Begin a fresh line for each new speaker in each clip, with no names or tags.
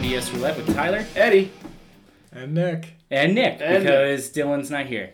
Yes Roulette with Tyler, Eddie,
And Nick.
and Nick
And Nick.
because Dylan's not here.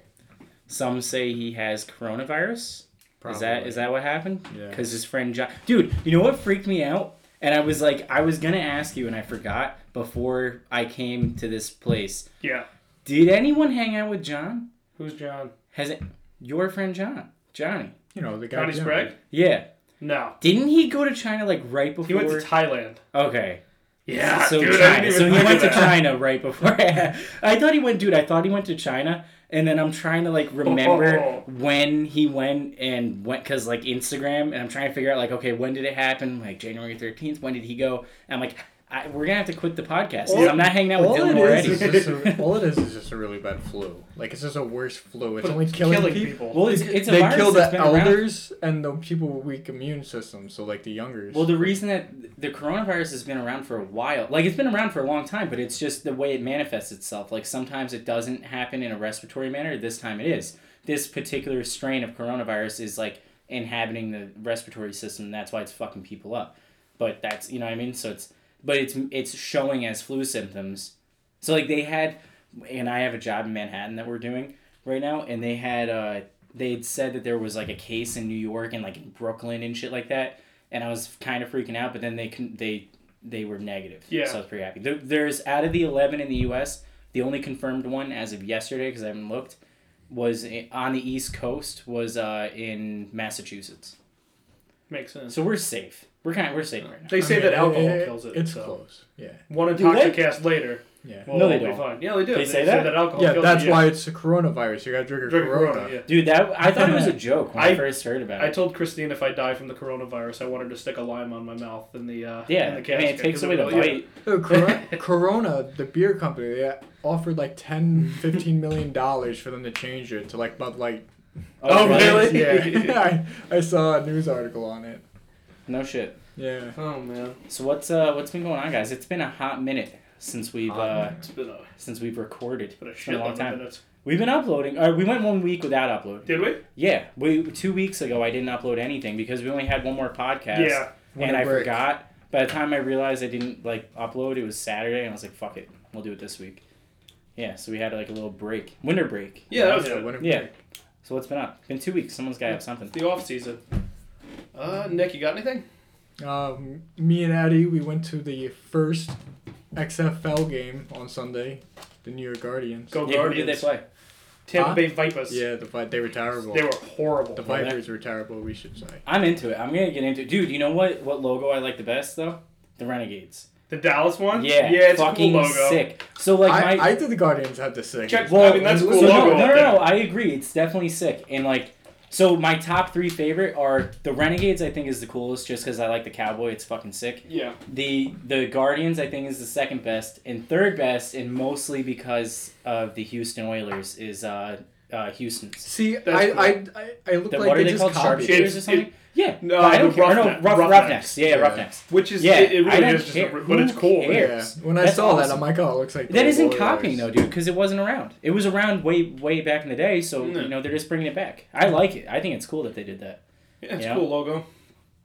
Some say he has coronavirus. Is that is that what happened?
Yeah.
Because his friend John, dude, you know what freaked me out? And I was like, I was gonna ask you, and I forgot before I came to this place.
Yeah.
Did anyone hang out with John?
Who's John?
Has it your friend John, Johnny?
You know, the guy.
Johnny
Jim.
Sprague?
Yeah.
No.
Didn't he go to China like right before?
He went to Thailand.
okay.
Yeah,
so
Ah, dude. I
China.
didn't
So
even
he
think
went
of
to
that.
China right before. I thought he went, dude. I thought he went to China, and then I'm trying to like remember
oh, oh.
when he went and went because like Instagram, and I'm trying to figure out like, okay, when did it happen? Like January 13th. When did he go? And I'm like, I, we're gonna have to quit the podcast. 'cause
All-
I'm not hanging out with
All
Dylan
it,
already.
is, is just a, all it is is just a really bad flu. Like it's just a worse flu. It's
But
only
it's
killing,
killing
people.
people.
well, it's, it's a
they
virus
kill
that's
the
been around
elders and the people with weak immune systems. So like the youngers.
Well, the reason that the coronavirus has been around for a while, like it's been around for a long time, but it's just the way it manifests itself. Like sometimes it doesn't happen in a respiratory manner, this time it is. This particular strain of coronavirus is like inhabiting the respiratory system, that's why it's fucking people up. But that's, you know what I mean? So it's but it's it's showing as flu symptoms. So like they had, and I have a job in Manhattan that we're doing right now, and they had uh they had said that there was like a case in New York and like in Brooklyn and shit like that, and I was kind of freaking out, but then they con- they they were negative.
Yeah.
So I was pretty happy. There, there's out of the eleven in the U.S. The only confirmed one as of yesterday, because I haven't looked, was i- on the East Coast, was uh, in Massachusetts.
Makes sense.
So we're safe. We're kind of, we're safe right now.
They say
I mean,
that alcohol
it-
kills it.
It's
so.
close. Yeah.
One
Do they?
intoxicast later.
Yeah.
Well,
No, they
we'll
don't.
Be fine. Yeah, they do.
They say that?
alcohol
yeah,
kills
that's
it,
why it's a coronavirus. You gotta drink a
Drink
corona.
Corona, yeah.
Dude, that I thought it was a joke when I,
I-
first heard about it.
I told Christine if I die from the coronavirus, I want her to stick a lime on my mouth in the uh,
yeah,
in the
I mean,
casket.
it takes
'cause
away the
really-
bite.
No, Corona, Oh, Corona, the beer company, they offered like 10, 15 million dollars for them to change it to like Bud Light.
Oh,
right.
really?
Yeah. I, I saw a news article on it.
No shit.
Yeah.
Oh man,
So what's uh what's been going on, guys? It's been a hot minute since we've
Hot
uh
minute.
it's been a,
since we've recorded.
it's been a
It's been
shit
a long
lot of
time.
minutes.
We've been uploading. Or we went one week without uploading.
Did we?
Yeah, we two weeks ago I didn't upload anything because we only had one more podcast.
Yeah.
and
Wanna
I
break.
forgot. By the time I realized I didn't like upload, it was Saturday, and I was like, "Fuck it, we'll do it this week." Yeah, so we had like a little break, winter break.
Yeah, that was
yeah,
good.
winter
Yeah.
break.
So what's been up? Been two weeks. Someone's got to have something.
The off season. Uh, Nick, you got anything?
Um, me and Addy, we went to the first XFL game on Sunday, the New York Guardians.
Go
Yeah, who did
Guardians.
they play?
Tampa
Huh?
Bay Vipers.
Yeah, the Vi- they were terrible.
They were horrible.
the Vipers were terrible, we should say.
I'm into it. I'm gonna get into it, dude. You know what? What logo I like the best though? The Renegades.
The Dallas one?
Yeah,
Yeah, it's a
fucking
cool logo.
sick. So like
I,
my
I think the Guardians had the sick.
Check-
well,
I mean, that's a cool
so no,
logo
no,
up
no,
there.
no, I agree. It's definitely sick. And like, so my top three favorite are the Renegades. I think is the coolest, just because I like the Cowboy. It's fucking sick.
Yeah.
The the Guardians I think is the second best, and third best, and mostly because of the Houston Oilers is uh, uh Houston's.
See,
That's
I,
cool.
I, I, I look
The,
like
what are
they
they
just
called?
copied.
Sharpshooters?
Sharpshooters or
It-
something? yeah.
no,
I don't
the
care. Oh, No,
Roughneck-
rough,
Roughnecks.
roughnecks. Yeah,
Yeah.
roughnecks.
Which is,
Yeah,
it, it
I
really
don't
is just, a,
care.
r- but it's
Who
cool.
cares?
Yeah. When I
That's
saw that,
awesome.
I'm like, oh, it looks like
That
the
isn't
Warriors.
copying though, dude, because it wasn't around. It was around way, way back in the day, so
Yeah.
you know they're just bringing it back. I like it. I think it's cool that they did that.
Yeah, it's
Yeah.
a cool logo.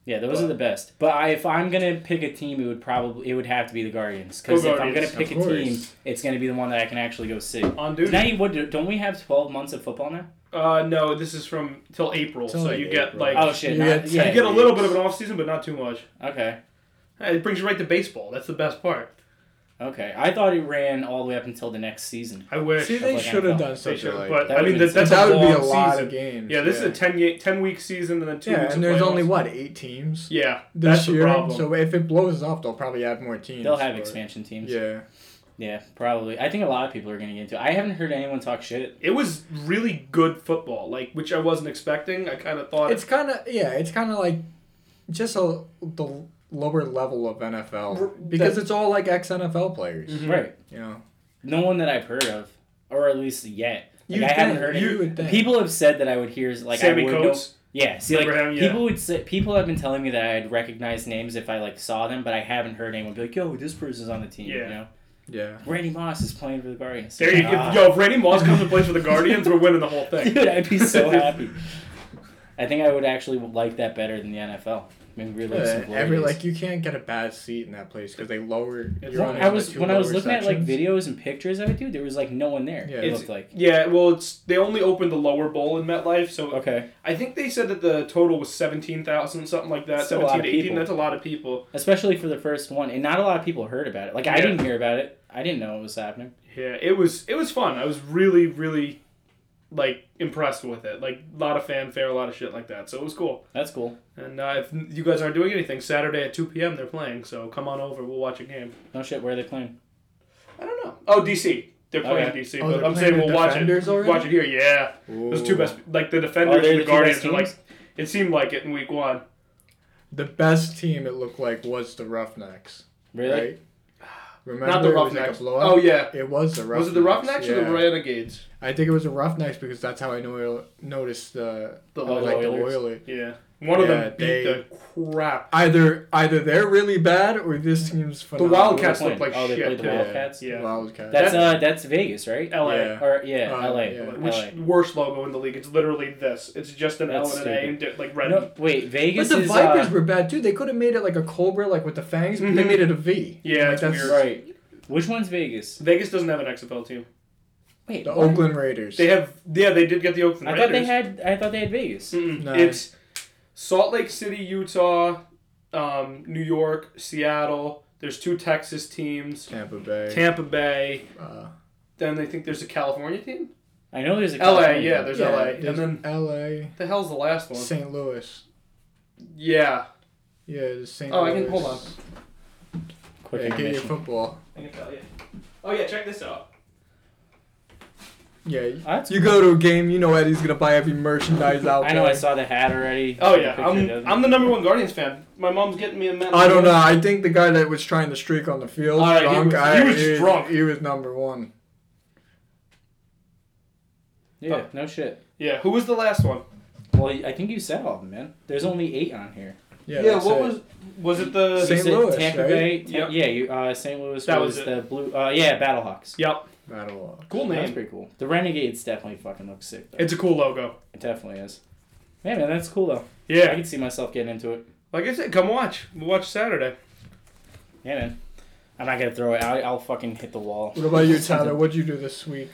Yeah, those are the best. But I, if I'm gonna pick a team, it would probably it would have to be the Guardians. Because
Go
if I'm gonna
Guardians,
pick a
of course.
team, it's gonna be the one that I can actually go see.
On duty.
Now you what? do- Don't we have 12 months of football now?
Uh, no, this is from till April,
Till,
so
like,
you get
April.
like
Oh shit!
You
not-
get
yeah,
you get a little bit of an off season, but not too much.
Okay,
Hey, It brings you right to baseball. That's the best part.
okay. I thought it ran all the way up until the next season.
I wish.
See,
Of,
they
like,
should have
NFL.
done
they
something
should,
like
but
that.
That
I mean,
would've
that,
been
that's
sick.
a
That would
long
be a lot
season.
of games.
Yeah, this is a 10, ye- 10 week season and then two
Yeah,
weeks
and
of
there's
playoffs.
only what eight teams
Yeah,
this
that's
year.
the problem.
So if it blows up, they'll probably add more teams.
They'll have
but-
expansion teams.
Yeah,
yeah, probably. I think a lot of people are gonna get into. it. I haven't heard anyone talk shit.
it was really good football, like which I wasn't expecting. I kind of thought
it's kind of yeah, it's kind of like just a the lower level of
R-
NFL because it's all like ex NFL players.
Mhm.
Right.
You know,
No one that I've heard of, or at least yet. Like,
You'd
I haven't
think-
heard
you
it.
would think.
People have said that I would hear like I
Sammy
would know.
Coates.
Yeah, see, like
Remember him? Yeah.
people would say people have been telling me that I'd recognize names if I like saw them, but I haven't heard anyone be like, "Yo, this person's on the team." You
Yeah.
know,
yeah.
Randy Moss is playing for the Guardians.
There you
Ah.
if, yo, if Randy Moss comes and plays for the Guardians, we're winning the whole thing.
Dude, I'd be so happy. I think I would actually like that better than the NFL. and relive some
Yeah,
glory
Uh, every
days.
like you can't get a bad seat in that place because they lower.
It's-
you're
Well,
on
I
the
was
two
when I was
lower
looking at like
sections.
videos and pictures of it, dude. There was like no one there.
Yeah.
it
It's-
looked like
Yeah, well, it's they only opened the lower bowl in MetLife, so
okay,
I think they said that the total was seventeen thousand, something like that.
That's a lot
Seventeen
of
to eighteen.
people.
That's a lot of people.
especially for the first one, and not a lot of people heard about it. Like I
Yeah.
didn't hear about it. I didn't know it was happening.
Yeah, it was it was fun. I was really really like impressed with it. Like a lot of fanfare, a lot of shit like that. So it was cool.
That's cool.
And uh, if you guys aren't doing anything Saturday at two p.m., they're playing. So come on over. We'll watch a game.
No shit. Where are they playing?
I don't know. Oh, DC. They're playing
Okay.
DC,
Oh,
but
they're
I'm
playing
saying
the
we'll watch it.
Defenders already?
Watch it here. Yeah, those two
Ooh.
best, like the
Oh,
Defenders
they're the
and the
two best
Guardians. Are like
teams?
it seemed like it in week one.
The best team it looked like was the Roughnecks.
Really?
Right? Remember,
Not the
it was
Roughnecks.
Like a blowout?
oh yeah.
It was the Roughnecks.
Was it the Roughnecks or the
yeah.
Renegades?
I think it was the Roughnecks because that's how I know noticed the,
The
uh,
Loyola
like the
Oilers.
Oilers.
Yeah. One of
Yeah,
them beat
they-
the crap.
Either either they're really bad or this team's phenomenal.
Wildcats- Cats
Playing.
look like
oh, they
shit,
played the
yeah.
Wildcats.
Yeah.
Wildcats.
That's
That-
uh, that's Vegas, right?
LA.
Yeah.
Or yeah,
Uh,
LA.
yeah.
Which
LA.
worst logo in the league? It's literally this. It's just an
That's
L and an A, and di- like red.
No, wait,
But
Vegas
the
is
Vipers
uh,
were bad too. They could have made it like a cobra, like with the fangs, but they
Mhm.
made it a V.
Yeah,
Like,
it's
that's-
weird.
right. Which one's Vegas?
Vegas doesn't have an XFL team.
Wait,
The
what?
Oakland Raiders.
They have. Yeah, they did get the Oakland
I
Raiders. Hmm.
thought they had. I thought they had Vegas.
Mm-mm.
No.
It's Salt Lake City, Utah, um, New York, Seattle. There's two Texas teams.
Tampa Bay.
Tampa Bay.
uh,
Then they think there's a California team.
I know there's a
LA.
California
Yeah,
one.
there's
yeah,
LA.
there's
And then
LA,
the hell's the last one?
St. Louis.
Yeah.
Yeah, there's St.
Oh,
Louis.
I can- hold on.
Quick
yeah, get your
intermission.
football.
I can tell you. Oh yeah, check this out.
Yeah.
That's
You go to a game, you know Eddie's gonna buy every merchandise out
I know
there.
I saw the hat already.
Oh
The
yeah,
picture
I'm,
doesn't-
I'm the number one Guardians fan. My mom's getting me a medal.
I don't know. I think the guy that was trying to streak on the field,
All right, he
drunk,
was-
I-
he was drunk.
He was number one.
yeah, no shit.
Yeah, who was the last one?
Well, I think you said all of them, man. There's only eight on here.
Yeah. that's
what
it.
was was it the?
You
St.
said
Louis,
Tampa
right?
Bay. Ta-
Yep.
Yeah, you, uh, St. Louis
That
was,
was it.
the blue. Uh, yeah, Battlehawks.
Yep,
Battle.
cool
That's
name.
pretty cool. The Renegades definitely fucking looks sick. Though.
It's a cool logo.
it definitely is. Yeah, man, that's cool though. I
Yeah,
can see myself getting into it.
like I said, come watch. We'll watch Saturday.
Yeah, man. I'm not gonna throw it. I, I'll fucking hit the wall.
What about you, Tyler? What'd you do this week?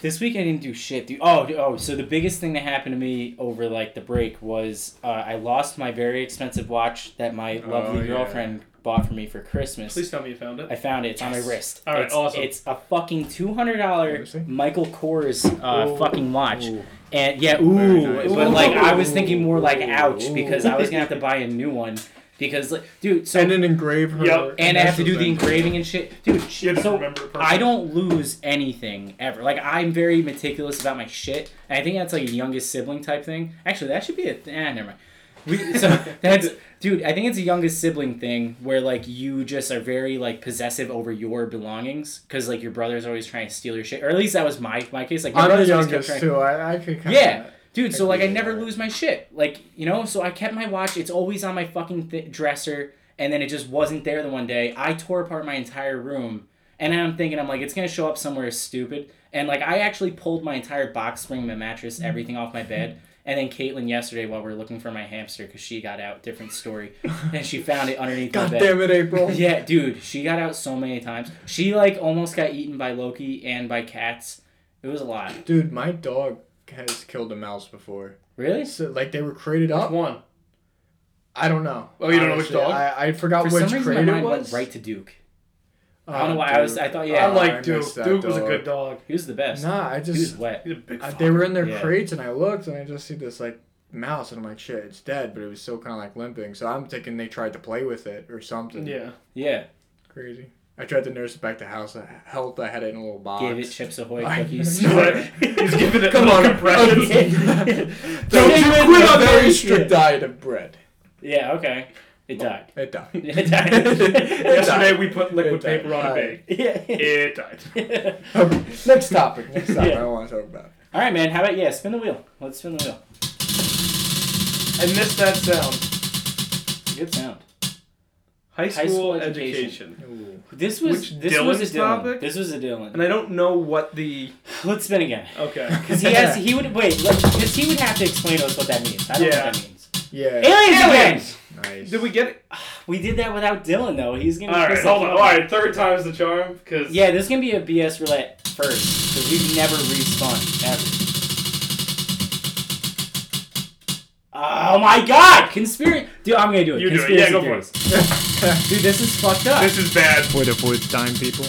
This week I didn't do shit, dude. Oh, dude, oh. So the biggest thing that happened to me over like the break was uh, I lost my very expensive watch that my
Oh,
lovely
yeah.
girlfriend bought for me for Christmas.
Please tell me you found it.
I found it. It's on my
Yes.
wrist.
All right,
it's,
awesome.
It's a fucking two hundred
Let me
dollar
see.
Michael Kors uh,
Ooh.
fucking watch,
Ooh.
and yeah,
Very
ooh.
nice.
But like, I was
Ooh.
thinking more like, ouch,
Ooh.
because I was gonna have to buy a new one because, like, dude. So
and then engrave her.
Yep.
and I have to do the
initials
engraving and shit, dude. sh-
You have to
so
remember it
I don't lose anything ever. Like I'm very meticulous about my shit, and I think that's like a youngest sibling type thing. Actually, that should be a th- ah, never mind. We, so that's dude. I think it's a youngest sibling thing where like you just are very like possessive over your belongings because like your brother's always trying to steal your shit, or at least that was my my case. Like
and-
my
I'm the
brother's always kept
youngest
trying-
too. I, I could. Kinda,
yeah, dude. So like, I
agree with
never
that.
lose my shit. Like, you know. So I kept my watch. It's always on my fucking th- dresser, and then it just wasn't there the one day. I tore apart my entire room, and then I'm thinking, I'm like, it's gonna show up somewhere stupid. And like, I actually pulled my entire box spring, my
Mm-hmm.
mattress, everything off my bed. And then Caitlin yesterday, while we are looking for my hamster, because she got out, different story, and she found it underneath
God
my bed.
damn it, April.
Yeah, dude, she got out so many times. She like almost got eaten by Loki and by cats. It was a lot.
Dude, my dog has killed a mouse before.
Really?
So, like they were crated up.
one.
I don't know.
Oh, you don't know which
Honestly,
dog?
I, I forgot
For
which
some reason, my
crate it
mind went
was.
right to Duke.
Oh,
I don't know why. I was.
dude.
I thought yeah.
I
like-
like
I
Duke.
missed that
Duke was a
dog. Uh,
good dog.
he was the best.
Nah, I
he was
just
wet.
He's a big.
I,
fuck.
they were in their
Yeah.
crates and I looked and I just see this like mouse and I'm like, shit, it's dead, but it was still kind of like limping. So I'm thinking they tried to play with it or something.
Yeah.
Yeah.
Crazy. I tried to nurse it back to house uh, health. I had it in a little box.
Gave it Chips Ahoy
I-
cookies.
No,
Yeah.
Right. He's giving it
Come on.
compressions.
Don't
Don't
you
do it,
quit
don't
on
do
very
it.
strict diet of bread.
yeah. Okay. It died.
It died.
It died.
Yesterday we put liquid
It died.
paper on a
All
bag.
right.
yeah.
It died.
Okay, next topic. Next topic.
Yeah.
I don't want to talk about. it.
All right, man. How about yeah? Spin the wheel. Let's spin the wheel.
I missed that sound.
Good sound.
High school,
school
education.
education. This was
Which
this was a
Dylan's
Dylan.
topic?
This was a Dylan.
And I don't know what the
Let's spin again.
okay.
Because he has he would wait because he would have to explain to us what that means. I don't know
Yeah.
what that means.
Yeah.
Aliens,
Aliens!
Nice.
Did we get it?
again. We did that without Dylan though. He's gonna.
All right,
piss
hold on.
off.
All right, third time's the charm. Because
Yeah, this is gonna be a BS roulette first because we've never respun ever. Oh my God! Conspiracy, dude. I'm gonna do it.
You do it.
Conspiracy
Yeah, go for
theories. Dude, this is fucked up.
this is bad.
For the fourth time, people.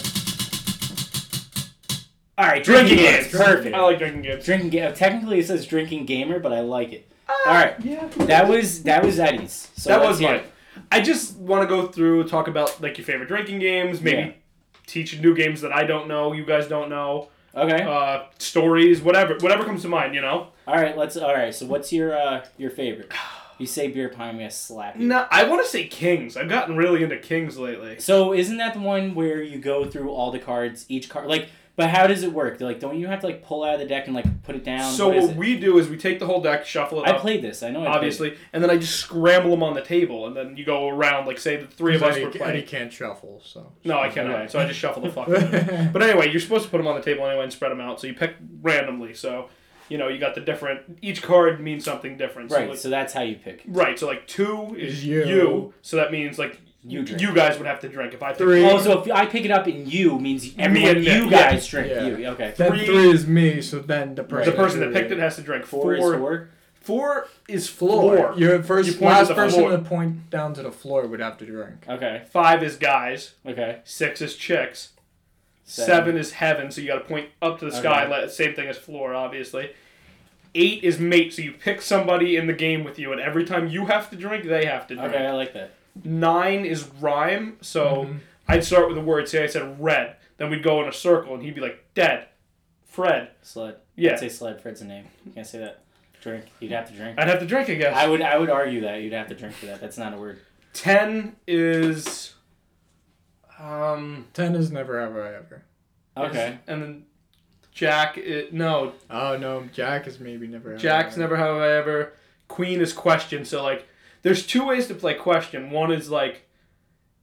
All right,
Drinking
drinking
games. Oh.
games. Perfect.
I like drinking games.
Drinking game. Technically, it says drinking gamer, but I like it. All right,
Yeah.
that was that was Eddie's. So
that
let's
was
hear
mine.
it.
I just want to go through talk about like your favorite drinking games, maybe
Yeah.
teach new games that I don't know, you guys don't know,
Okay.
uh, stories, whatever, whatever comes to mind, you know.
all right. Let's. All right. So what's your uh your favorite? You say beer pong, I'm gonna slap you.
No, I want to say Kings. I've gotten really into Kings lately.
So isn't that the one where you go through all the cards, each card, like? But how does it work? Like, don't you have to like pull out of the deck and like put it down?
So
What is
what
it?
we do is we take the whole deck, shuffle it
I
up,
played this. I know. I played
obviously, and then I just scramble them on the table, and then you go around. Like say the three of us
Eddie,
were playing.
Eddie can't shuffle, so.
No, I cannot. So I just shuffle the fuck. out of it. But anyway, you're supposed to put them on the table anyway and spread them out. So you pick randomly. So, you know, you got the different. Each card means something different.
it.
So
Right.
like-
So that's how you pick.
right. So like two is
Is
you.
you.
so that means like
You drink.
you guys would have to drink if I picked
Three.
Oh, so if I pick it up and you means everyone
and
you
Nick, yeah.
guys drink.
Yeah.
You okay?
Then
Three-
three, is me, so then the person.
The person that picked it has to drink
Four,
four.
is four.
four is
Floor.
floor.
Your
You
first
point
last
to the
person
floor.
to point down to the floor would have to drink.
Okay.
Five is guys.
Okay.
Six is chicks. Seven, is heaven. So you got to point up to the sky. Let, same thing as floor, obviously. Eight is mate. So you pick somebody in the game with you, and every time you have to drink, they have to drink.
Okay, I like that.
nine is rhyme. So
Mm-hmm.
I'd start with a word. Say I said red. Then we'd go in a circle, and he'd be like dead, Fred.
Sled.
Yeah.
I'd say sled. Fred's a name. You can't say that. Drink. You'd have to drink.
I'd have to drink, I guess.
I would. I would argue that you'd have to drink for that. That's not a word.
Ten is, um,
Ten is never ever I ever.
Okay.
and then Jack. Is, no,
Oh no, Jack is maybe never. Have
Jack's
I ever.
never have I ever. Queen is question. So like, there's two ways to play question. One is like.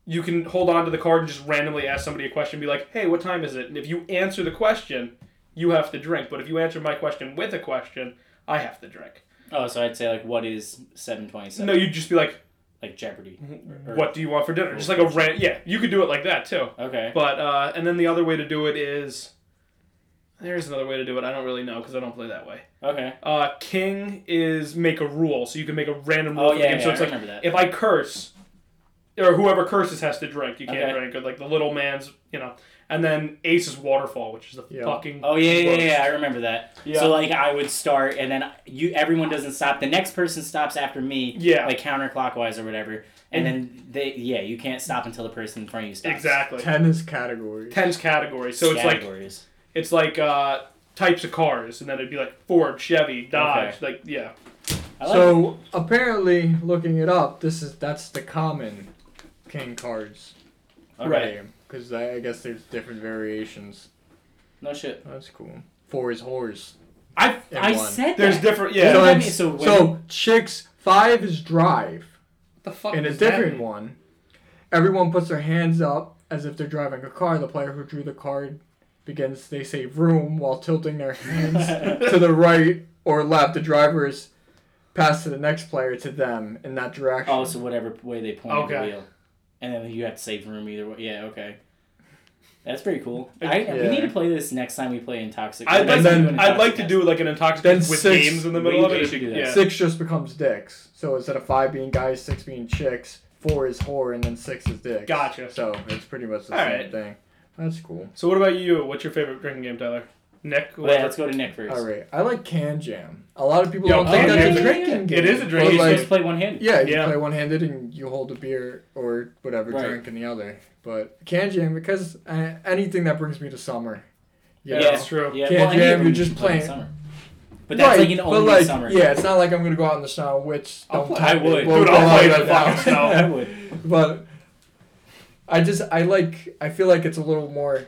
You can hold on to the card and just randomly ask somebody a question. Be like, "Hey, what time is it?" And if you answer the question, you have to drink. But if you answer my question with a question, I have to drink.
Oh, so I'd say like, what is seven twenty seven?
No, you'd just be like,
Like Jeopardy. Or-
"What do you want for dinner?" Just like a rant. Yeah, you could do it like that too.
Okay.
But uh, and then the other way to do it is, there's another way to do it. I don't really know because I don't play that way.
Okay.
Uh, king is make a rule, so you can make a random rule.
Oh
for the
yeah,
game.
yeah
so
I
it's like
remember that.
if I curse, or whoever curses has to drink. You can't
Okay.
drink, or like the little man's, you know. And then ace is waterfall, which is the
Yeah.
fucking.
Oh yeah, yeah,
worst.
yeah, yeah, I remember that.
Yeah.
So like I would start, and then you everyone doesn't stop. The next person stops after me,
Yeah. Mm-hmm.
like counterclockwise or whatever. And then they, yeah, you can't stop until the person in front of you stops.
Exactly.
Ten is category.
Tens category, so it's like
Categories.
it's like uh, types of cars, and then it'd be like Ford, Chevy, Dodge, like yeah.
I like
So apparently, looking it up, this is that's the common king cards
Okay.
Because I, I guess there's different variations.
No shit.
That's cool. Four is horse.
I
and
I
one.
said
there's
that.
different
What does
yeah.
So,
that
it's,
mean? So
so,
when-
chicks. Five is drive.
the fuck
In a
does that
different
mean?
one, everyone puts their hands up as if they're driving a car. The player who drew the card begins. They say room while tilting their hands to the right or left. The driver is passed to the next player to them in that direction.
oh, so whatever way they point at
Okay.
the wheel, and then you have to save room either way. Yeah. Okay. That's pretty cool. I, We
Yeah.
need to play this next time we play Intoxic.
I'd
And
like, to,
then-
an
I'd
Intoxic
like to
cast.
do like an intoxicant
Then
with
six-
games in the middle of
we
it.
should do that.
Yeah.
Six just becomes dicks. So instead of five being guys, six being chicks, four is whore, and then six is dicks.
Gotcha.
So it's pretty much the
All
same
right.
thing. That's cool.
So what about you? What's your favorite drinking game, Tyler? Nick?
Well, yeah,
whoever?
let's go to Nick first.
All right. I like Can Jam. A lot of people
Yo,
don't think
Can
that's a
Jam's-
drinking game.
It is a
Well,
drinking
you
But,
like,
like,
just play one handed.
Yeah, you
Yeah.
play one handed and you hold a beer or whatever
Right.
drink in the other. But Can Jam, because uh, anything that brings me to summer. you
Yeah,
know?
that's true.
Yeah,
Can't
well, any
jam,
of them
you're
you
just
can play in
playing.
summer. But that's like
Right,
an
but,
only
like,
summer.
Yeah, it's not like I'm gonna go out in the snow, which
I'll
don't
play-
tell
I
me-
would.
won't
Dude,
go
I'll
out
play
right
in the
now.
fucking snow.
I would.
but I just I like I feel like it's a little more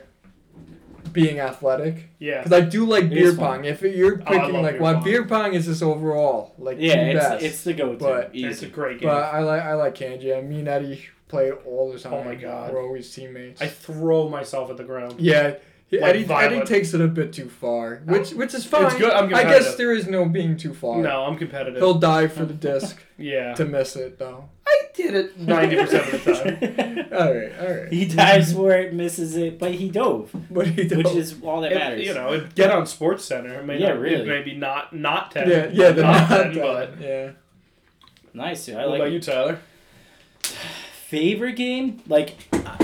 being athletic
Yeah.
because I do like
It
beer
is fun.
pong. If you're
Oh, I
picking
love
like
beer
well,
pong.
beer pong is just overall like
Yeah,
the
it's
best.
it's the go to.
But-
It's a
Easy.
great game.
but I like I like can jam. Me and Eddie play all the time.
Oh
my God.
we're always teammates.
I throw myself at the ground.
yeah, Yeah,
like,
Eddie, Eddie
violent.
takes it a bit too far, which which is fine.
It's good, I'm
I
competitive.
guess there is no being too far.
No, I'm competitive.
He'll die for the disc
yeah.
to miss it though.
I did it 90% of the time.
time.
All right, all right.
he dives for it, misses it, but he dove,
But he don't.
which is all that
It-
matters.
you know, it get on Sports Center. It may
Yeah,
not,
really.
It may be not not ten.
yeah, yeah, the
not
not
ten, but
done. yeah.
nice. dude. I
what
like
about you, Tyler?
favorite game like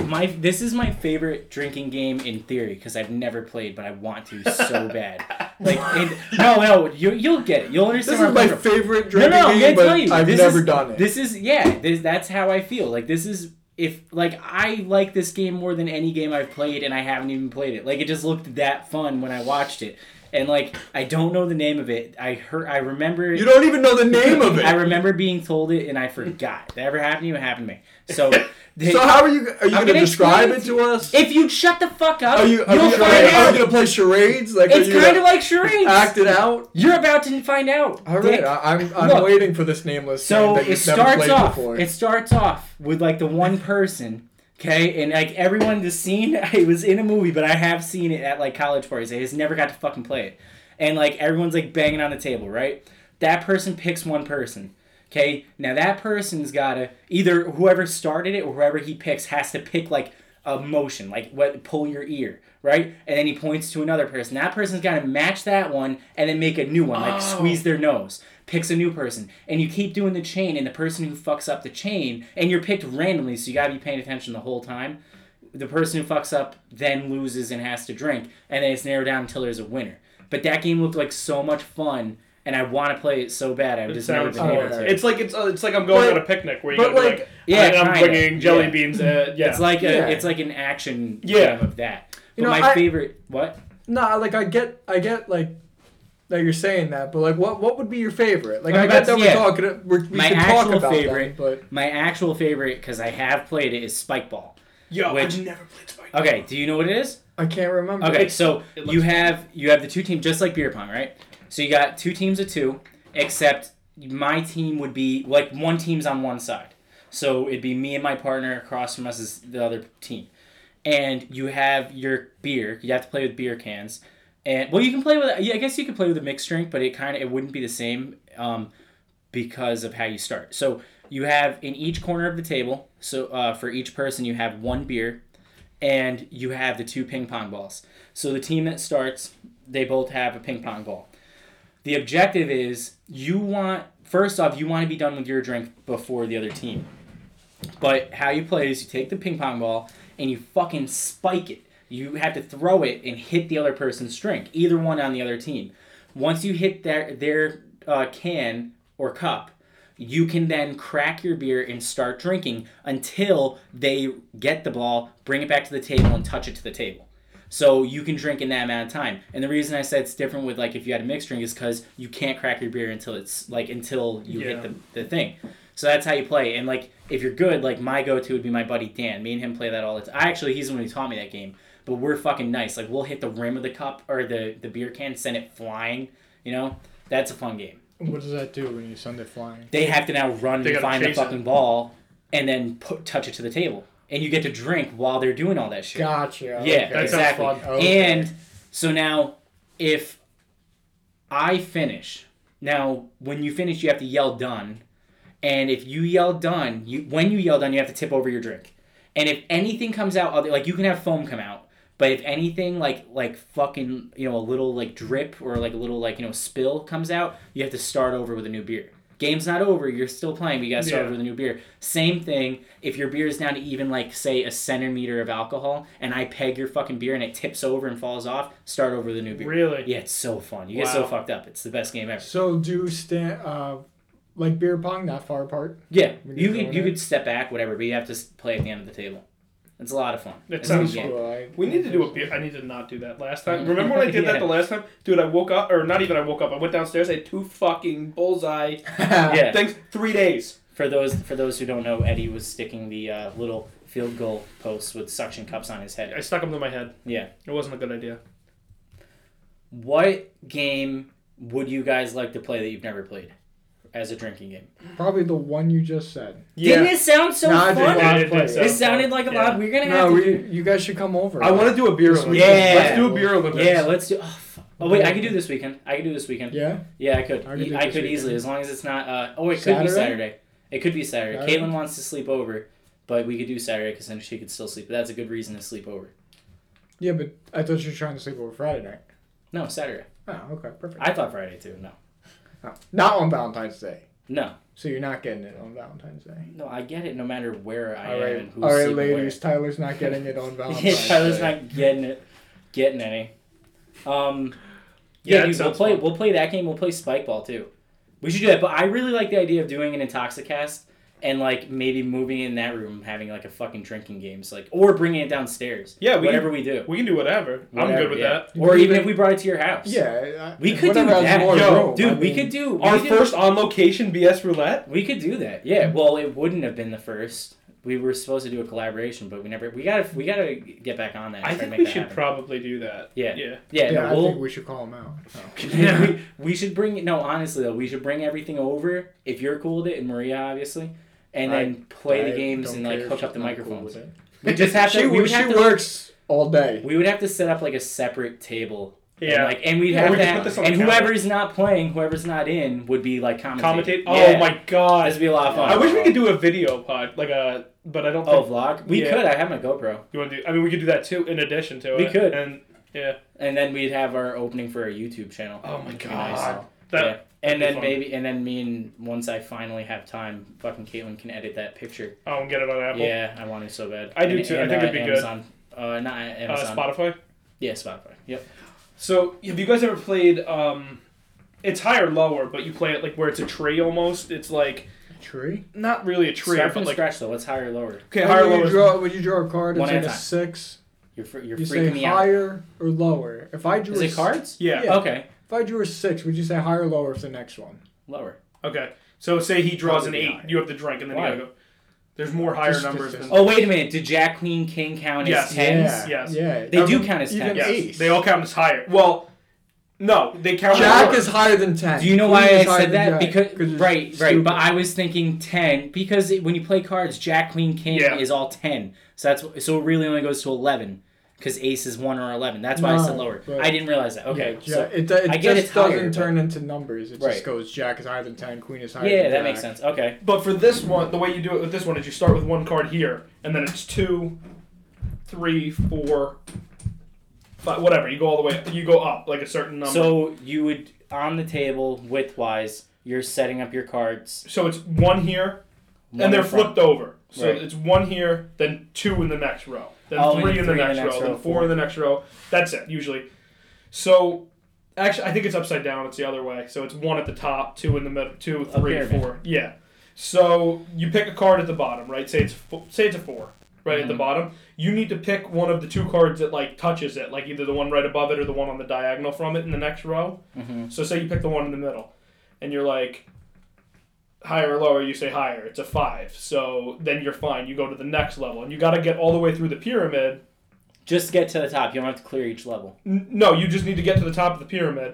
my this is my favorite drinking game in theory because i've never played but i want to so bad like and, no no you, you'll get it you'll
This
understand where
is my
I'm coming from.
favorite drinking
no no i'm
game,
gonna tell
but
you
I've
this
never
is,
done it.
this is yeah this, that's how i feel like this is if like i like this game more than any game i've played and i haven't even played it like it just looked that fun when i watched it and like i don't know the name of it i heard i remember
you don't even know the name of it.
I remember being told it and I forgot. That ever happened to you? It happened to me. So,
so how are you? Are you
I'm
going to
gonna
describe
explain
it to us?
if you'd shut the fuck up,
Are you? Are
you'll
you,
find
are,
out.
you going to play charades? Like
it's
are you
kind of
gonna
like charades.
act it out?
You're about to find out.
All
dick.
right, I, I'm I'm
Look.
waiting for this nameless
So
game that
it
you've never
starts
played
off.
before.
It starts off with like the one person, okay, and like everyone. The scene. It was in a movie, but I have seen it at like college parties. I just never got to fucking play it, and like everyone's like banging on the table, right? That person picks one person. Okay, now that person's gotta either whoever started it or whoever he picks has to pick like a motion, like what pull your ear, right? And then he points to another person. That person's gotta match that one and then make a new one, like squeeze their nose. Picks a new person, and you keep doing the chain, and the person who fucks up the chain, and you're picked randomly, so you gotta be paying attention the whole time. The person who fucks up then loses and has to drink, and then it's narrowed down until there's a winner. But that game looked like so much fun, and I want to play it so bad. I've
It
just never
sounds
been
fun.
able to.
It's like it's uh, it's like I'm going
But-
on a picnic where you
but
go like,
like-
Yeah,
I'm
kinda,
bringing jelly
yeah.
beans. Uh, yeah,
It's like a,
Yeah.
it's like an action
Yeah.
game of that. But
You know,
my
I-
favorite what?
Nah, like I get, I get like that you're saying that, but like, what what would be your favorite? Like,
I'm
I
about
get that
to-
we're
yeah.
talking, we're, we
Uh, My
can talk
actual
about
favorite.
favorite, but
My actual favorite because I have played it is Spike Ball.
yo,
Which-
I've never played Spike.
Okay, do you know what it is?
I can't remember.
Okay, so
it
you
looks-
have you have the two teams just like beer pong, right? So you got two teams of two, except my team would be like one team's on one side. So it'd be me and my partner across from us is the other team. And you have your beer. You have to play with beer cans. And well, you can play with yeah, I guess you could play with a mixed drink, but it kind of it wouldn't be the same um, because of how you start. So you have in each corner of the table. So uh, for each person, you have one beer and you have the two ping pong balls. So the team that starts, they both have a ping pong ball. The objective is you want first off you want to be done with your drink before the other team. But how you play is you take the ping pong ball and you fucking spike it. You have to throw it and hit the other person's drink, either one on the other team. Once you hit their their uh, can or cup, you can then crack your beer and start drinking until they get the ball, bring it back to the table, and touch it to the table. So you can drink in that amount of time. And the reason I said it's different with like if you had a mixed drink is because you can't crack your beer until it's like until you
Yeah.
hit the, the thing. So that's how you play. And like if you're good, like my go to would be my buddy Dan. Me and him play that all the time. I actually he's the one who taught me that game. But we're fucking nice. Like we'll hit the rim of the cup or the, the beer can, send it flying, you know? That's a fun game
What does that do when you send it flying?
they have to now run
They
and
gotta
find the
chase it.
fucking ball and then put, touch it to the table. And you get to drink while they're doing all that shit.
Gotcha.
Yeah,
That sounds
exactly.
fun.
Oh, Okay.
And so now, if I finish, now when you finish, you have to yell done. And if you yell done, you when you yell done, you have to tip over your drink. And if anything comes out, other like you can have foam come out, but if anything like like fucking you know a little like drip or like a little like you know spill comes out, you have to start over with a new beer. Game's not over. You're still playing. But you got to start
Yeah.
over with a new beer. Same thing. If your beer is down to even like say a centimeter of alcohol, and I peg your fucking beer and it tips over and falls off, start over with a new beer.
Really?
Yeah, it's so fun. You get so
Wow.
fucked up. It's the best game ever.
So do stand, uh, like beer pong, not far apart.
Yeah,
When
you
you're
could
throwing
you
it.
could step back, whatever, but you have to s- play at the end of the table. It's a lot of fun.
That
It's a good
sounds
game.
Well, I-
We need to do a beer. I need to not do that last time. Remember when I did
Yeah.
that the last time, dude? I woke up, or not even I woke up. I went downstairs. I had two fucking bullseye
Yeah.
things. Three days.
For those for those who don't know, Eddie was sticking the uh, little field goal posts with suction cups on his
I
head.
stuck them to my head.
Yeah.
It wasn't a good idea.
What game would you guys like to play that you've never played? as a drinking game.
Probably the one you just said.
Didn't it sound so
Nah, I just
fun?
laughed.
Yeah, it
It
did sound
It sounded
fun.
like a
Yeah.
lot. We're gonna have
No,
to.
we, you guys should come over.
I want to do a beer
This
Olympics.
weekend. Yeah.
Let's do a beer Olympics.
yeah, let's do. Oh, fuck. oh wait, I could do this weekend. I could do this weekend. Yeah,
Yeah.
I could.
I
I
could do
could,
this weekend.
easily, as long as it's not. Uh, oh, it could
Saturday?
be Saturday. It could be Saturday.
Saturday?
Caitlin wants to sleep over, but we could do Saturday because then she could still sleep. But that's a good reason to sleep over.
Yeah, but I thought you were trying to sleep over Friday night.
No, Saturday.
Oh, okay, perfect.
I thought Friday too. No,
Oh, not on Valentine's Day.
no,
So you're not getting it on Valentine's Day.
no. I get it. No matter where I
All
am
right,
and who's
all right,
sleeping
ladies. Tyler's not getting it on
where.
Oh,
Valentine's
yeah, Tyler's
Day.
not getting it. Getting any. Um. Yeah,
Yeah, that
dude, we'll
sounds
play.
fun.
We'll play that game. We'll play Spike Ball too. We should do that. But I really like the idea of doing an Intoxicast and like maybe moving in that room, having like a fucking drinking games, like or bringing it downstairs.
Yeah, we can-
whatever we do.
We can do whatever. I'm
Whatever,
good with
yeah.
that.
Or
You
even
could-
if we brought it to your house.
Yeah, I-
we could do
whatever has
that.
more
Yo,
room,
dude,
I
we
mean,
could do we
Our
could-
first on location BS roulette.
We could do that. Yeah. Well, it wouldn't have been the first. We were supposed to do a collaboration, but we never. We gotta. We gotta get back on that. and
I
try
think
to make
we
that
should
happen.
probably do that.
Yeah.
Yeah.
Yeah.
Yeah,
no,
I
we'll-
think we should call him out. Oh.
we, we should bring no honestly though we should bring everything over if you're cool with it and maria obviously and then play
I
the games
don't
and like
care if
hook
she's
up the
not cool
microphones
with it.
we just have to
She,
we would
she
have to,
works all day.
we would have to set up like a separate table and,
Yeah.
like and we'd
Yeah,
have
we
to
could put
have,
this on
and
the calendar.
whoever's not playing whoever's not in would be like commentating
Commentate. Oh my
this would
god.
be a lot of fun
I wish we could do a video pod, like a, but I don't
oh
think
vlog we
Yeah.
could i have my gopro
you want to do. I mean, we could do that too. In addition to
We
it,
could.
And yeah,
and then we'd have our opening for our youtube channel
Oh my
It'd be nice.
God. that
yeah. And
that'd be
then
fun.
maybe, and then me and once I finally have time, fucking Caitlin can edit that picture.
oh, and get it on Apple,
Yeah, I want it so bad.
I do too. I think it'd be good.
Amazon. good. Uh, not
uh,
Amazon.
Spotify.
Yeah, Spotify. Yep.
So have you guys ever played? um It's higher, lower, but you play it like where it's a tree almost. It's like
Tree.
not really a tree,
Start from
but like
scratch though. What's higher, or lower?
okay,
Would
higher,
you
lower. is-
Draw, would you draw a card
One
that's
at
in
a
a
time.
six?
You're fr- you're
You say
freaking me
higher or lower. If I
out.
drew
Is
a
it
s-
cards?
Yeah.
Yeah.
Okay.
If I drew a six, would you say higher or lower for the next one?
Lower.
Okay. So say he draws an
Probably
eight,
higher.
you have to drink, and then
Why?
you gotta go. There's more higher
Just-
numbers
just-
than.
Oh wait a minute. Did Jack Queen King count
Yes.
as tens?
Yeah.
Yes.
Yeah.
They
Um,
do count as
even
tens.
yes,
ace.
they all count as higher. Well, no, they count.
Jack
as
is higher than ten.
Do you know
Queen
why
is
I
higher
said
than
that?
Jack,
Because
'cause it's
right, right. But
stupid.
I was thinking ten because it, when you play cards, Jack Queen King
Yeah.
is all ten. So that's so it really only goes to eleven because Ace is one or eleven. That's why I said
No,
lower.
but-
I didn't realize that. Okay.
Yeah,
so-
Jack- it, do- it
I get
just
it's higher,
doesn't
but-
turn into numbers. It
Right.
just goes Jack is higher than ten, Queen is higher.
yeah,
than
that makes
Jack.
sense. Okay.
But for this one, the way you do it with this one is you start with one card here, and then it's two, three, four, five, whatever. You go all the way. You go up like a certain number.
So you would on the table width wise, you're setting up your cards,
So it's one here,
One
and they're
in front.
flipped over. So
Right.
it's one here, then two in the next row, then
Oh,
three
and
in the next row, then four in the next row. That's it usually. So actually, I think it's upside down. It's the other way. So it's one at the top, two in the middle, two, three,
pyramid.
four. Yeah. So you pick a card at the bottom, right? Say it's fo- say it's a four, right at the
Mhm.
bottom. You need to pick one of the two cards that like touches it, like either the one right above it or the one on the diagonal from it in the next row.
Mhm.
So say you pick the one in the middle, and you're like higher or lower, you say higher. It's a five, so then you're fine. You go to the next level, and you got to get all the way through the pyramid.
Just get to the top. You don't have to clear each level.
N- No, you just need to get to the top of the pyramid,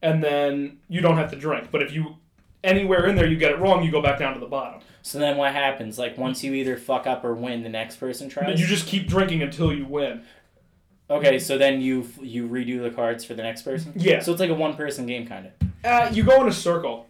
and then you don't have to drink. But if you anywhere in there you get it wrong, you go back down to the bottom.
So then what happens? Like once you either fuck up or win, the next person tries.
You just keep drinking until you win.
Okay, so then you f- you redo the cards for the next person.
Yeah.
So it's like a one person game kind of.
Uh, you go in a circle.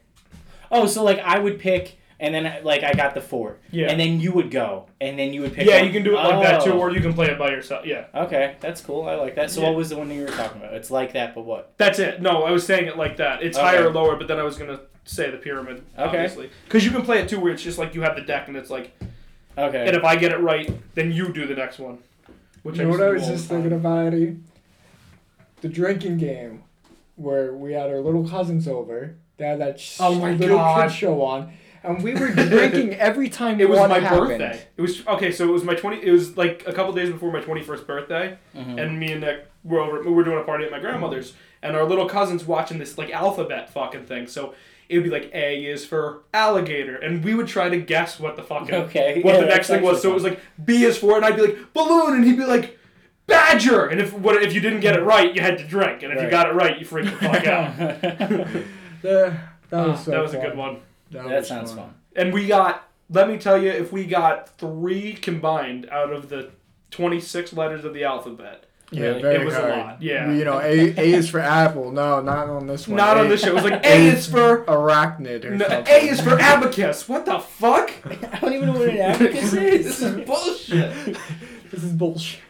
Oh, so like I would pick, and then I- like I got the four,
Yeah.
and then you would go, and then you would pick.
yeah,
one.
you can do it like that too,
Oh.
or you can play it by yourself. Yeah,
Okay, that's cool. I like that. So
Yeah.
what was the one that you were talking about? It's like that, but what?
that's it. No, I was saying it like that. It's
Okay.
higher or lower, but then I was gonna say the pyramid.
Okay.
Obviously, because you can play it too, where it's just like you have the deck, and it's like,
Okay.
and if I get it right, then you do the next one. Which
You know what I was
do all
just
the time.
thinking about, Eddie? The drinking game, where we had our little cousins over. They had that sh-
Oh my
little
God.
kid show on, and we were drinking every time
It was
one
my
happened.
birthday. It was okay, so it was my twenty. It was like a couple days before my twenty-first birthday,
Mhm.
and me and Nick were over. We were doing a party at my grandmother's, and our little cousins watching this like alphabet fucking thing. So it would be like A is for alligator, and we would try to guess what the fucking
Okay,
what
yeah,
the
that's
next thing was.
actually
So it was like B is for, and I'd be like balloon, and he'd be like badger, and if what if you didn't get it right, you had to drink, and if
Mm.
you
Right.
got it right, you freaked the fuck out.
The- that was,
Ah,
so
that was a
fun.
good one.
That sounds fun.
And we got, let me tell you, if we got three combined out of the 26 letters of the alphabet,
Yeah,
Really?
very
it was
hard.
a lot. Yeah.
You know, A A is for apple. No, not on this one.
Not
a,
on this show. It was like, A is for.
Arachnid or
No,
something.
a is for abacus. What the fuck?
I don't even know what an abacus is.
this is bullshit.
This is bullshit.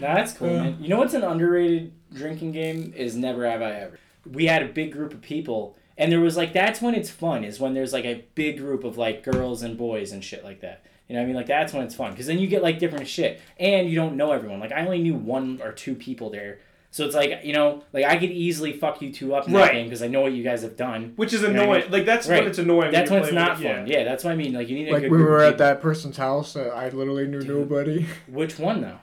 Nah, that's cool,
Yeah.
man. You know what's an underrated drinking game is Never Have I Ever. We had a big group of people, and there was like that's when it's fun is when there's like a big group of like girls and boys and shit like that. You know what I mean? Like that's when it's fun because then you get like different shit and you don't know everyone. Like I only knew one or two people there, so it's like you know like I could easily fuck you two up in
Right.
that game because I know what you guys have done.
Which is
know what I
annoying.
mean?
Like, that's
Right.
when it's annoying.
That's
you
when it's
play with
not
it, yeah.
fun. Yeah. that's what I mean. Like you need a
Like
good
we
group
were
of
at
people.
that person's house that I literally knew nobody.
Which one though?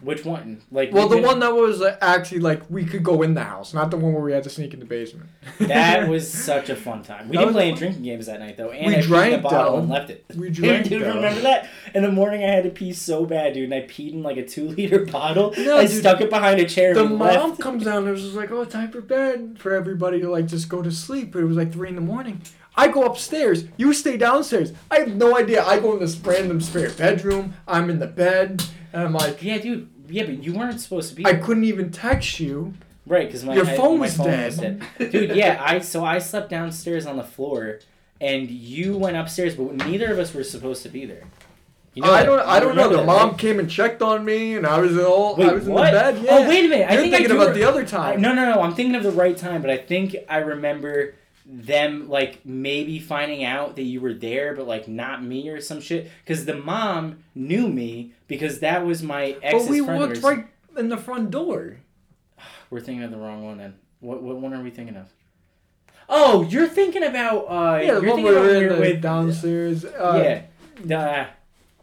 Which one? Like
Well, the
we've been-
one that was like, actually like we could go in the house, not the one where we had to sneak in the basement.
That was such a fun time. We
That
didn't
was
play any
fun.
drinking games that night though, and
We
I peed in
drank,
a bottle
though.
and left it.
We
Dude,
drank.
dude,
though.
remember that? In the morning, I had to pee so bad, dude, and I peed in like a two-liter bottle.
No,
I
dude.
stuck it behind a chair.
The
and
mom
left.
comes down and was just like, "Oh, time for bed for everybody to like just go to sleep." But it was like three in the morning. I go upstairs. You stay downstairs. I have no idea. I go in this random spare bedroom. I'm in the bed, and I'm like,
Yeah, dude. Yeah, but you weren't supposed to be
I couldn't even text you.
right because my
your
I-
phone
my
was
phone
dead.
was dead. Dude, yeah. I so I slept downstairs on the floor, and you went upstairs, but neither of us were supposed to be there. You
I
that.
don't. I
You
don't know.
remember
The
that,
mom
right?
came and checked on me, and I was all.
Wait,
I was
what?
in the bed. Yeah.
Oh wait a minute! I
You're
think I
thinking
do
about
re-
the other
I-
time.
No, no, no. I'm thinking of the right time, but I think I remember them like maybe finding out that you were there, but like not me or some shit. Because the mom knew me because that was my ex's
but we
friend. or
walked
some-
right in the front door.
We're thinking of the wrong one. Then what? What one are we thinking of? Oh, you're thinking about. Uh,
Yeah,
you're
the one
thinking
we
about
were
when
in
you're
the
with
downstairs. Uh,
yeah. Uh,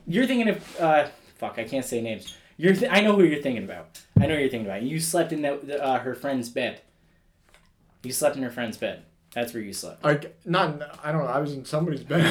you're thinking of uh, fuck. I can't say names. You're. Th- I know who you're thinking about. I know who you're thinking about. You slept in that uh, her friend's bed. You slept in her friend's bed. That's where you slept.
Like not. in- I don't know. I was in somebody's bed.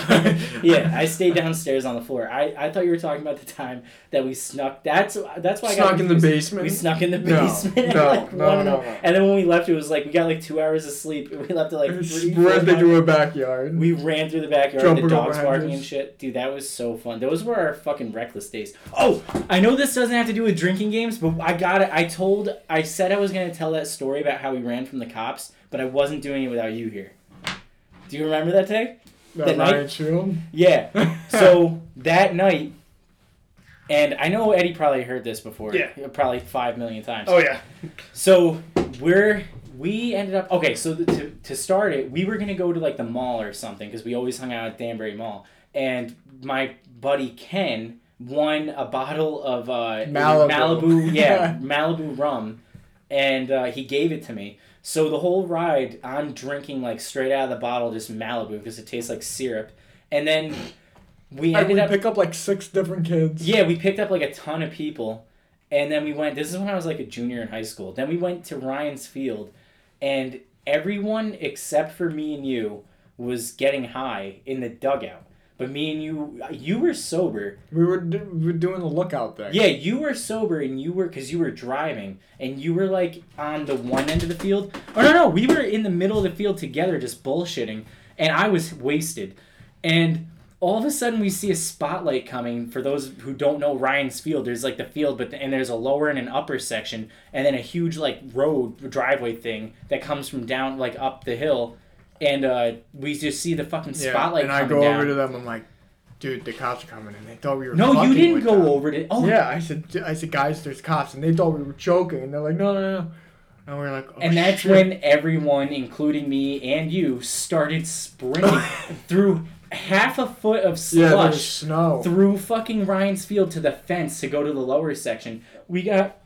Yeah, I stayed downstairs on the floor. I, I thought you were talking about the time that we snuck. That's that's why I got
Snuck in the
confused.
basement.
We snuck in the
No,
basement. at
no,
like
no,
one in
no,
the-
no.
And then when we left, it was like we got like two hours of sleep. and We left at like three. four
Spread
o'clock.
into a backyard.
We ran through the backyard,
Jumping
the dogs
over
barking
hedges.
and shit. Dude, that was so fun. Those were our fucking reckless days. Oh, I know this doesn't have to do with drinking games, but I got it. I told, I said I was gonna tell that story about how we ran from the cops, but I wasn't doing it without you here. Do you remember that day?
that
that night-
Ryan Shield.
Yeah. so that night, and I know Eddie probably heard this before.
Yeah.
Probably five million times.
Oh, yeah.
So we're we ended up okay. So the, to to start it, we were gonna go to like the mall or something because we always hung out at Danbury Mall. And my buddy Ken won a bottle of uh,
Malibu.
Malibu yeah, Malibu rum, and uh, he gave it to me. So the whole ride, I'm drinking like straight out of the bottle, just Malibu because it tastes like syrup. And then we
I
ended
would
up
pick up like six different kids.
yeah, we picked up like a ton of people, and then we went. This is when I was like a junior in high school. Then we went to Ryan's Field, and everyone except for me and you was getting high in the dugout. But me and you, you were sober.
We were, d- we were doing the lookout thing.
Yeah, you were sober, and you were because you were driving, and you were like on the one end of the field. Oh no, no, we were in the middle of the field together, just bullshitting, and I was wasted, and all of a sudden we see a spotlight coming for those who don't know ryan's field there's like the field but and there's a lower and an upper section and then a huge like road driveway thing that comes from down like up the hill and uh, we just see the fucking
Yeah,
spotlight
and I
coming
go
down.
over to them. I'm like, dude, the cops are coming, and they thought we were.
no you
fucking
didn't
with
go
them.
over to oh
Yeah, I said, I said, guys, there's cops, and they thought we were joking, and they're like, no, no, no, and we're like, oh,
and that's
shit.
when everyone, including me and you, started sprinting through half a foot of
yeah, there was
slush
snow.
through fucking Ryan's field to the fence to go to the lower section. We got,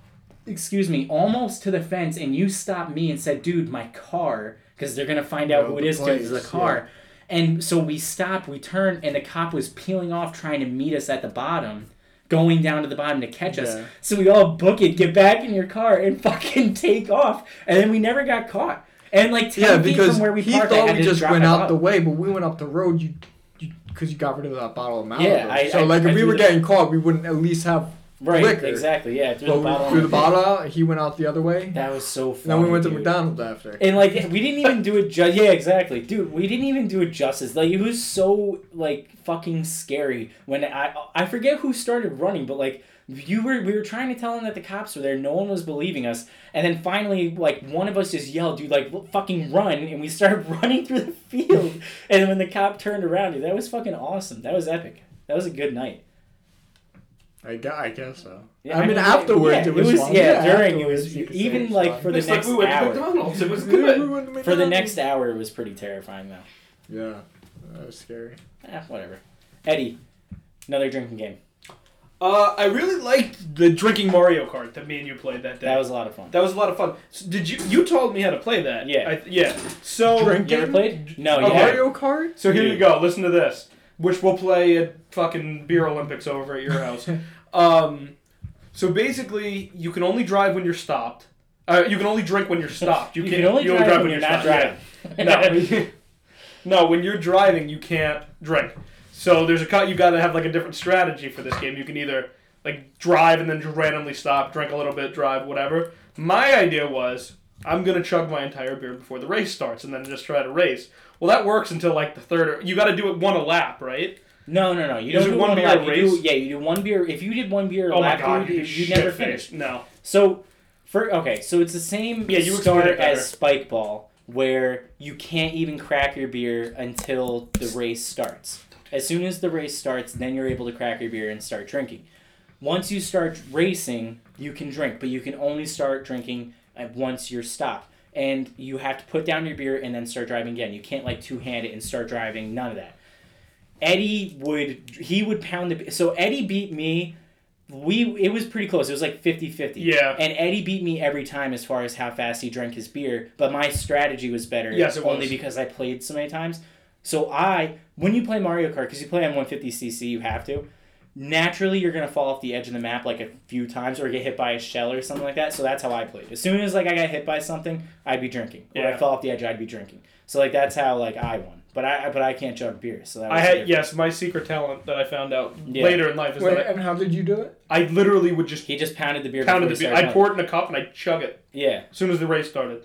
excuse me, almost to the fence, and you stopped me and said, "Dude, my car," because they're gonna find out
No,
who it
the
is because the
plates,
car. And so we stopped, we turned, and the cop was peeling off trying to meet us at the bottom. Going down to the bottom to catch us.
Yeah.
So we all book it, get back in your car, and fucking take off. And then we never got caught. And like 10
yeah,
feet
because
from where we
he
parked, I
thought
had
we
to
just
drop
went
it
out
up.
the way, but we went up the road. You, because you, 'cause you got rid of that bottle of Malibu.
Yeah, I-
so
I-
like,
I
if we
threw
were
the-
getting caught, we wouldn't at least have
Right,
liquor.
exactly. Yeah, through
But
the bottle.
we threw the
and-
bottle out. He went out the other way. And
That was so funny.
then we went to
dude.
McDonald's after.
And like we didn't even do it ju- yeah, exactly. Dude, we didn't even do it justice. Like it was so like fucking scary when I I forget who started running, but like you were we were trying to tell him that the cops were there, no one was believing us. And then finally like one of us just yelled, dude, like fucking run and we started running through the field. and when the cop turned around, dude, that was fucking awesome. That was epic. That was a good night.
I, gu- I guess so.
Yeah,
I mean,
yeah,
afterwards, it was fun.
yeah,
Yeah,
during it
afterwards,
was
you could say
even
it's
like
fun.
for the
It's like
next
we went to
hour.
McDonald's. It was
We
good.
For
went to
the
McDonald's.
next hour it was pretty terrifying though.
Yeah, that was scary.
Eh, whatever. Eddie, another drinking game.
Uh, I really liked the drinking Mario Kart that me and you played that day.
That was a lot of fun.
That was a lot of fun. So did you you told me how to play that?
Yeah.
I, yeah. So
Drink.
You ever played? No,
Oh,
you
yeah.
haven't.
Mario Kart?
So here
Dude.
you go. Listen to this, which we'll play at fucking beer Olympics over at your house. um, so basically, you can only drive when you're stopped. Uh, you can only drink when you're stopped. You,
You
can't,
can only
you
drive when you're not
stopped.
driving.
Yeah. No, no. When you're driving, you can't drink. So there's a cut. You got to have like a different strategy for this game. You can either like drive and then just randomly stop, drink a little bit, drive, whatever. My idea was I'm gonna chug my entire beer before the race starts and then just try to race. Well, that works until like the third. Or, you got to do it one a lap, right?
No, no, no. You
Is
don't
it
do
one
one,
beer
lap.
a
You do,
race?
yeah, you do one beer. If you did one beer a
Oh my
lap,
god,
you,
you'd be
you never
shit-faced.
finished.
No,
So, for okay, so it's the same
Yeah, you explained
start
it better.
as Spike Ball, where you can't even crack your beer until the race starts. As soon as the race starts, then you're able to crack your beer and start drinking. Once you start racing, you can drink, but you can only start drinking at uh, once you're stopped. And you have to put down your beer and then start driving again. You can't like two hand it and start driving. None of that. Eddie would he would pound the so Eddie beat me. We it was pretty close. It was like 50-50.
Yeah.
And Eddie beat me every time as far as how fast he drank his beer, but my strategy was better
Yes, it
only
was.
because I played so many times. So I when you play Mario Kart cuz you play on 150cc you have to naturally you're gonna fall off the edge of the map like a few times or get hit by a shell or something like that. So that's how I played. As soon as like I got hit by something, I'd be drinking. Or
Yeah.
I fell off the edge, I'd be drinking. So like that's how like I won. But I but I can't chug beer. So that was
I
the
had
difference.
yes, my secret talent that I found out
Yeah.
later in life is
Wait,
that
and how did you do it?
I, I literally would just
He just pounded the beer.
pound
before
the
he
beer.
started running.
I'd pour it in a cup and I'd chug it
Yeah,
as soon as the race started.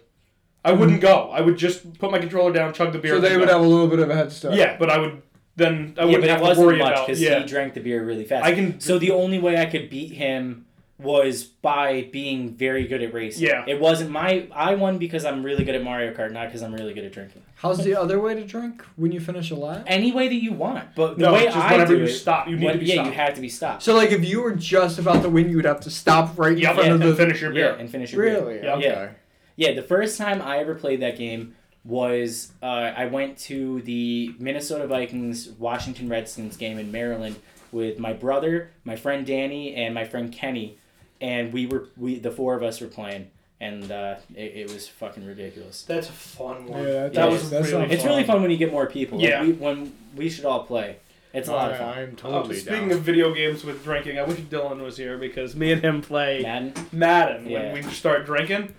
I wouldn't go. I would just put my controller down, chug the beer.
So
and
they
go.
would have a little bit of a head start.
Yeah, but I would then I
yeah, but
wouldn't
it
have to worry
wasn't much
about
because
yeah.
he drank the beer really fast.
I can
So the only way I could beat him was by being very good at racing.
Yeah.
it wasn't my. I won because I'm really good at Mario Kart, not because I'm really good at drinking.
How's the other way to drink when you finish a lap?
Any way that you want, but the
no,
way
it's just
I
whenever
do
you
it,
stop, you need
when-
to be
yeah,
stopped.
you have to be stopped.
So like if you were just about to win, you would have to stop right in
yeah,
front
and
of the
finish your
yeah,
beer.
and finish your beer.
Really?
Yeah.
Okay.
Yeah, the first time I ever played that game was uh, I went to the Minnesota Vikings Washington Redskins game in Maryland with my brother, my friend Danny, and my friend Kenny, and we were we the four of us were playing, and uh, it, it was fucking ridiculous.
That's a fun
Yeah, that,
Yeah.
was that's
It's
not
It's really fun when you get more people. Like,
Yeah.
we, when we should all play, it's a lot of fun.
I'm
Um,
totally
speaking
down.
of video games with drinking, I wish Dylan was here because me and him play
Madden.
Madden
Yeah.
when we start drinking,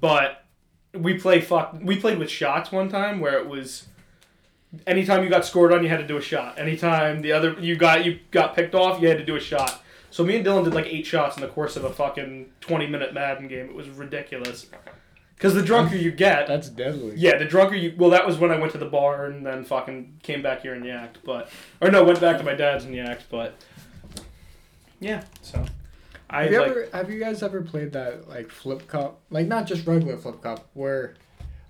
but we play fuck. We played with shots one time where it was. Anytime you got scored on, you had to do a shot. Anytime the other you got you got picked off, you had to do a shot. So me and Dylan did like eight shots in the course of a fucking twenty minute Madden game. It was ridiculous. Because the drunker you get,
that's deadly.
yeah, the drunker you. Well, that was when I went to the bar and then fucking came back here and yacked, but or no, went back to my dad's and yacked, but yeah. So I
Have you
like
ever have you guys ever played that like flip cup? Like not just regular flip cup, where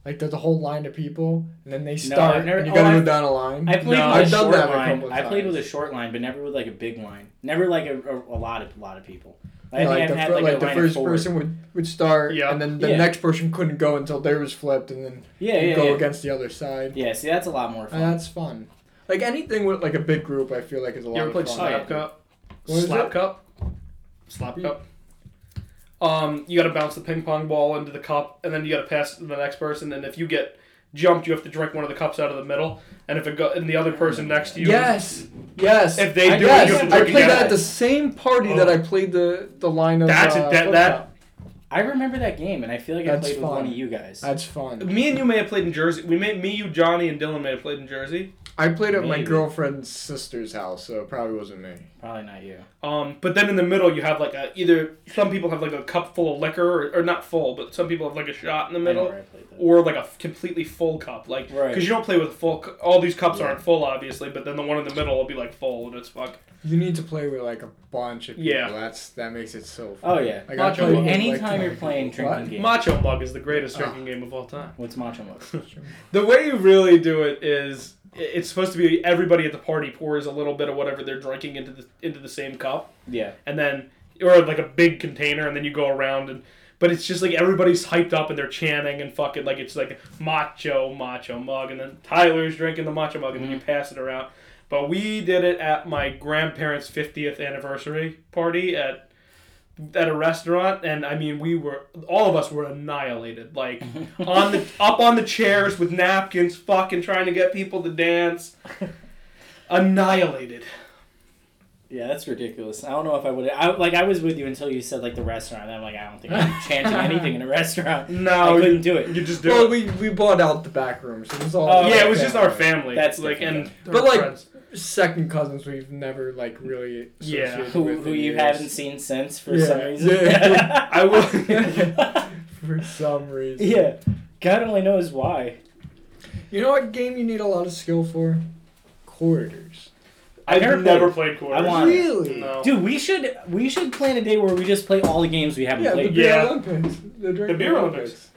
like there's a whole line of people and then they start
I've never-
and you
oh,
gotta
I've-
go down a line.
I played
No,
with
I've
a
done
short
that a
line.
couple
I played
times.
with a short line, but never with like a big line. Never like a, a, a lot of lot of people. I
Yeah,
think
like
I've
the,
had
fir-
like,
like
a
the
line of
first
four.
person would, would start,
Yeah.
and then the
Yeah.
next person couldn't go until theirs was flipped, and then
Yeah, yeah,
you'd go Uh,
yeah.
against the other side.
Yeah, see, that's a lot more fun.
And that's fun. Like anything with like a big group, I feel like is a lot
You ever
of fun.
played Slap Cup?
What is
Slap
it?
Cup? Slap
Yeah.
Cup. Um, you got to bounce the ping pong ball into the cup, and then you got to pass it to the next person. And if you get jumped, you have to drink one of the cups out of the middle. And if it go, and the other person next to you,
Yes, yes.
if they
I
do,
guess.
it, you have
yes,
to
I
drink
played
again.
that at the same party that I played the the line of.
Oh. That's
uh,
it, that-
flip
that-
cup.
I remember that game, and I feel like I
That's
played with
fun.
one of you guys.
That's fun.
Me and you may have played in Jersey. We may, me, you, Johnny, and Dylan may have played in Jersey.
I played at my
Maybe.
girlfriend's sister's house, so it probably wasn't me.
Probably not you.
Um, but then in the middle, you have like a either some people have like a cup full of liquor, or, or not full, but some people have like a shot in the
I know
middle,
where I played that.
or like a f- completely full cup, like because
Right.
you don't play with a full. cu- All these cups
Yeah.
aren't full, obviously, but then the one in the middle will be like full, and it's fuck.
You need to play with like a bunch of people.
Yeah.
That's that makes it so. Fun.
Oh yeah.
I
Macho
played
Mug.
with,
Anytime you're
20
playing
people.
drinking games.
Macho Mug is the greatest drinking
Ah.
game of all time.
What's Macho Mug?
Oh. The way you really do it is i- it's supposed to be everybody at the party pours a little bit of whatever they're drinking into the into the same cup,
Yeah.
and then or like a big container, and then you go around and. But it's just like everybody's hyped up and they're chanting and fucking like it's like macho macho mug, and then Tyler's drinking the macho mug, and then you
Mm-hmm.
pass it around. But we did it at my grandparents' fiftieth anniversary party at at a restaurant, and I mean we were all of us were annihilated, like on the up on the chairs with napkins, fucking trying to get people to dance. Annihilated.
Yeah, that's ridiculous. I don't know if I would. I like I was with you until you said like the restaurant. And I'm like I don't think I'm chanting anything in a restaurant.
No,
I couldn't do it.
You just do
Well,
it.
we we bought out the back room, so it was all.
Oh,
yeah, it was just our family.
That's
like and
different.
But,
our
like,
friends.
second cousins we've never like really.
Yeah.
associated
Who,
with
who
in
you
years.
haven't seen since for
Yeah,
some reason.
yeah.
I will.
for some reason.
yeah. God only knows why.
You know what game you need a lot of skill for? Quarters.
I've
never
never,
played-
played quarters.
I want it.
Really?
No.
Dude, we should we should plan a day where we just play all the games we haven't
Yeah, the
played.
beer
Yeah.
Olympics. The, drinking
beer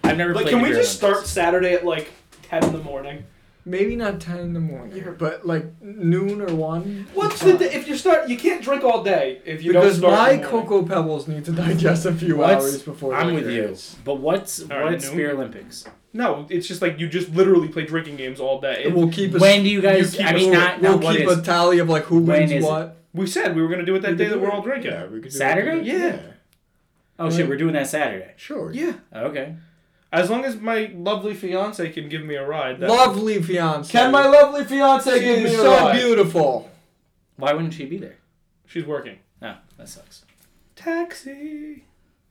I've never
like,
played.
can we
Beer
just start
Olympics.
Saturday at like ten in the morning?
Maybe not ten in the morning,
Yeah.
but like noon or one.
What's the d- if you start? You can't drink all day if you
because
don't start.
my
in the morning.
cocoa pebbles need to digest a few
What's-
hours before. Oh,
I'm
liquor
with you.
hits.
But what's
right,
what's
noon.
Beer Olympics?
No, it's just like you just literally play drinking games all day. It-
We'll keep a
When do you guys?
keep
I mean,
we'll,
not,
we'll
not what
keep
is-
a tally of like who
When is
wins
it?
what.
we said we were gonna do it that
We
day
could
that
do
we're
it.
all drinking.
Yeah, we could do it.
Saturday?
Yeah.
Oh shit, we're doing that Saturday.
Sure.
Yeah.
Okay.
As long as my lovely fiance can give me a ride. that-
Lovely fiance.
Can my lovely fiance
She
give me
is
a
so
ride?
beautiful.
Why wouldn't she be there?
She's working.
Oh, that sucks.
Taxi.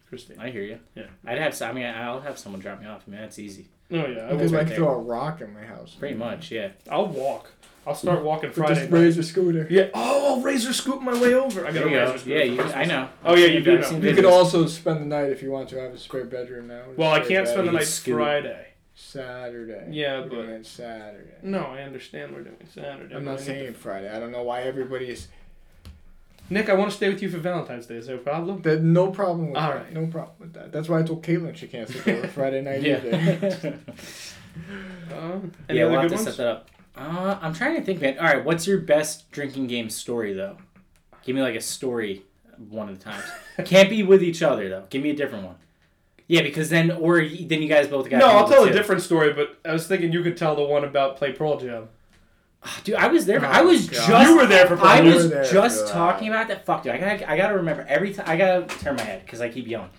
Christine.
I hear you.
Yeah.
I'd have. I mean, I'll have someone drop me off. I mean, that's easy.
Oh yeah. I
Because
will.
right
I could
there.
throw a rock in my house.
Pretty much, yeah.
I'll walk. I'll start walking Friday.
Just
night.
raise a scooter.
Yeah. Oh, I'll razor scoop my way over. I got
There
a
you go.
razor scoop.
Yeah, you, I know.
Oh, yeah, you
I've
do
seen
know.
You
videos.
could also spend the night if you want to. I have a spare bedroom now.
Well, I
Spare
can't spend the
bed.
night
Scoop.
Friday.
Saturday.
Yeah,
We're
but-
doing it Saturday.
No, I understand we're doing Saturday.
I'm
but I
not
need
saying Friday. I don't know why everybody is.
to- Nick, I want to stay with you for Valentine's Day. Is there a problem?
That no problem with
All
that.
right.
No problem with that. That's why I told Caitlin she can't sleep over Friday night either.
Yeah.
Um, any
yeah,
other
we'll have
good
to set
ones?
that up. Uh, I'm trying to think, man. All right, what's your best drinking game story though? Give me like a story one of the times. Can't be with each other though. Give me a different one. Yeah, because then or y- then you guys both got.
No, I'll tell a
two.
different story, but I was thinking you could tell the one about Play Pearl Jam.
Ah, Dude, I was there.
Oh,
I was
God.
just.
You were there for uh,
I
Pearl Jam.
You
was
were there for
just
that.
talking about that. Fuck, dude. I gotta, I gotta remember every time. I gotta turn my head because I keep yelling.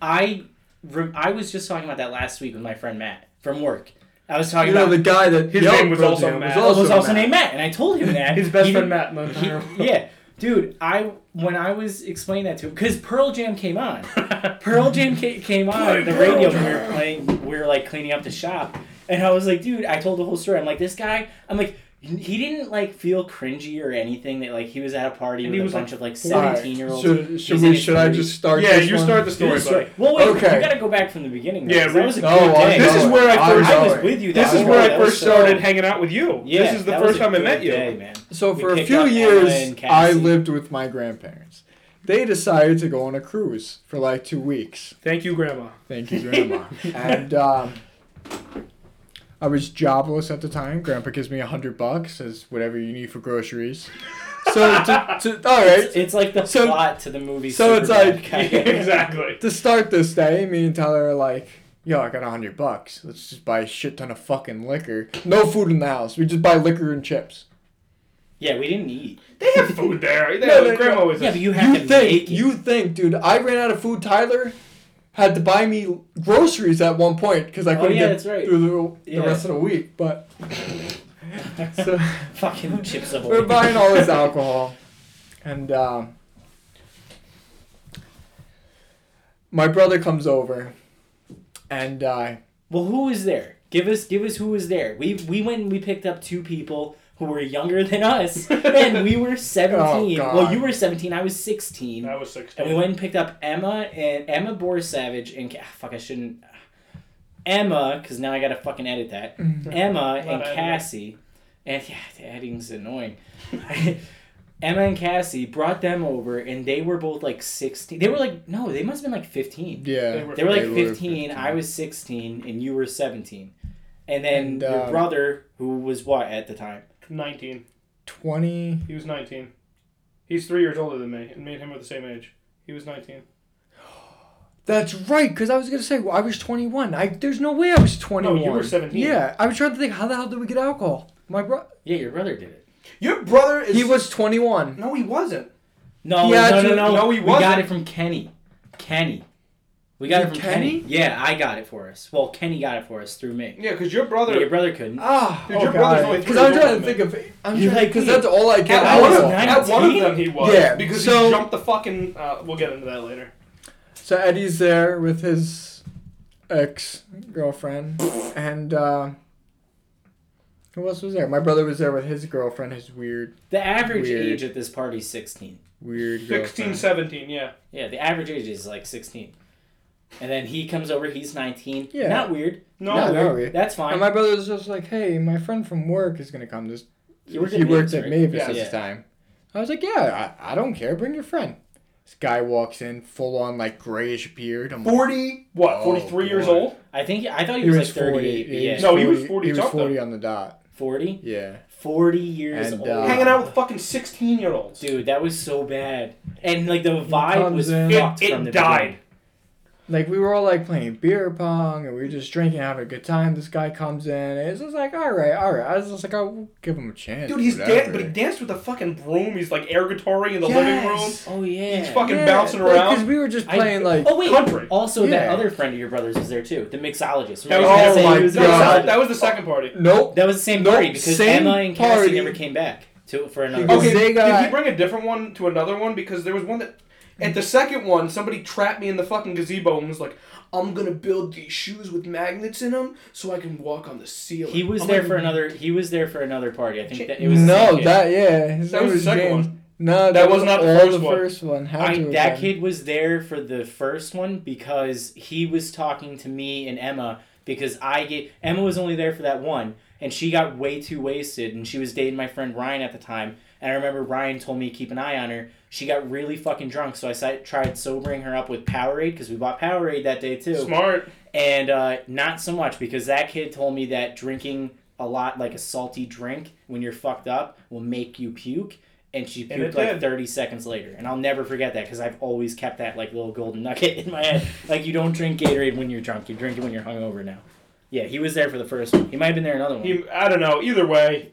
I, rem- I was just talking about that last week with my friend Matt from work. I was talking
You know
about
the guy that
His
yelled
name was
Pearl
also
Jam Was
Matt.
also
also
was also
Matt.
named Matt, and I told him that
His best
He-
friend Matt in the
he-
entire world.
yeah, dude. I when I was explaining that to him because Pearl Jam came on. Pearl Jam ca- came on
Play
the
Pearl
radio when we
Jam.
were playing. We were like cleaning up the shop, and I was like, dude. I told the whole story. I'm like, this guy. I'm like. He didn't like feel cringy or anything. That like he was at a party
And
with
he
a
was, like,
bunch of like
All right.
seventeen year olds.
Should, should we? Should I just start?
Yeah,
this
you
one?
start the story, buddy.
Well, wait.
Okay. Oh,
We gotta go back from the beginning.
Yeah,
Yeah,
we-
that was a
No,
good
I'm
day.
This is
going.
where I
I'm
first-
I was
going.
with you.
This
that
is
was-
where I
that was
first
so-
started hanging out with you.
Yeah,
this is the
that was
first
a
time I
good
met you.
day, man.
So
We
for a
picked
few
up Emma
years,
and
I
Cassie.
lived with my grandparents. They decided to go on a cruise for like two weeks.
Thank you, Grandma.
Thank you, Grandma. and um, I was jobless at the time. Grandpa gives me a hundred bucks as whatever you need for groceries. So to, to, all
It's,
right.
it's like the
So-
plot to the movie.
so it's
Superbad.
like-
exactly.
To start this day, me and Tyler are like, "Yo, I got a hundred bucks. Let's just buy a shit ton of fucking liquor. No food in the house. We just buy liquor and chips."
yeah, we didn't eat.
They have food there. They
No,
have-
no,
grandma was
Yeah, but you have
You
to
think
make it.
you think, dude? I ran out of food. Tyler had to buy me groceries at one point because I
Oh,
couldn't
yeah,
get
that's right.
through the, the
Yeah.
rest of the week. But so
Fucking chips of
we're buying all this alcohol, and um, my brother comes over, and uh,
Well, who was there? Give us, give us who was there. We we went and we picked up two people who were younger than us, and we were seventeen.
Oh, God.
well, you were seventeen. I was sixteen.
That was sixteen.
And we went and picked up Emma and Emma Boris Savage and ah, fuck, I shouldn't. ah. Emma, because now I gotta fucking edit that. Emma
Not
and
editing.
Cassie, and yeah, the editing's annoying. Emma and Cassie brought them over, and they were both like sixteen. They were like no, they must have been like fifteen.
Yeah.
They were-
They were like
They were
15,
15.
I was 16, and you were 17. And then
And,
your
uh,
brother, who was what at the time?
nineteen.
20.
He was nineteen. He's three years older than me, and me and him were the same age. He was nineteen.
That's right, because I was going to say, well, I was 21. I There's no way I was 21.
you were 17.
Yeah, I was trying to think, how the hell did we get alcohol? My bro.
Yeah, your brother did it.
Your brother is.
He was 21.
No, he wasn't.
No,
Yeah,
no, no,
dude,
no.
no, he
we got
wasn't.
it from Kenny. Kenny. We got
Did
it from
Kenny?
Kenny? Yeah, I got it for us. Well, Kenny got it for us through me.
Yeah, because your
But your
brother.
brother couldn't.
Ah,
Dude, your brother's only
Because
three
I was
years
trying to
older
think of. I'm
You're
trying
like
because
me.
that's all I get.
I
At
I
one,
was
of,
was
nine-
at one of
19?
them, he was.
Yeah,
Because
so-
he jumped the fucking. Uh, we'll get into that later.
so Eddie's there with his ex girlfriend, and uh, who else was there? My brother was there with his girlfriend, his weird,
The average
Weird.
age at this party is 16.
weird
Sixteen,
girlfriend.
seventeen. yeah.
Yeah, the average age is like 16. And then he comes over, he's 19.
Yeah.
Not weird.
No,
No,
we're-
no. weird.
That's
And
fine.
my brother was just like, "Hey, my friend from work is gonna come. This
He worked at
he worked
Mavis,
at
right?
Mavis
Yeah.
at
Yeah.
the time." I was like, "Yeah, I, I don't care. Bring your friend." This guy walks in, full on like grayish beard. I'm like,
40, what,
Oh,
43 years
boy.
old?
I think I thought he, was, like 38. but yeah.
was- No, he 40
He was
something.
forty on the dot.
40?
Yeah.
40 years
And,
old.
uh,
Hanging out with fucking 16 year olds.
Dude, that was so bad. And like the vibe
comes
was
in.
fucked
It- it
from the
died.
beginning.
Like we were all like playing beer pong and we were just drinking, having a good time. This guy comes in, and it's just like, all right, all right. I was just like, I'll give him a chance.
Dude, he's
whatever.
dan- but he danced with a fucking broom. He's like air guitaring in the living room.
Yes.
Oh yeah.
He's fucking bouncing around.
because we were just
I-
playing like.
oh wait.
country.
Also, that
Yeah.
other friend of your brother's was there too. The mixologist.
That
Remember
was,
I
Oh
said
my
he was a
that, was,
God.
mixologist?
that was the second party.
Nope.
That was the same
Nope,
party because
same
Emma and Cassie
party.
never came back to for another.
Because
one.
Okay,
they
did
got-
he bring a different one to another one? Because there was one that. At the second one, somebody trapped me in the fucking gazebo and was like, I'm gonna build these shoes with magnets in them so I can walk on the ceiling.
He was
I'm
there
like,
for another. He was there for another party. I think
Shit.
that it was. the
Oh no,
same kid.
that yeah. His
That
name
was the second
James.
one.
No, that,
That
was, not the first
one.
one. Had
I,
to have
that
been.
kid was there for the first one because he was talking to me and Emma because I get Emma was only there for that one and she got way too wasted and she was dating my friend Ryan at the time and I remember Ryan told me to keep an eye on her. She got really fucking drunk, so I si- tried sobering her up with Powerade because we bought Powerade that day too
Smart.
and uh, not so much because that kid told me that drinking a lot like a salty drink when you're fucked up will make you puke and she
And it
puked like
did.
30 seconds later and i'll never forget that because i've always kept that like little golden nugget in my head like you don't drink gatorade when you're drunk you drink it when you're hungover now yeah he was there for the first one he might have been there another one
He, I don't know. Either way,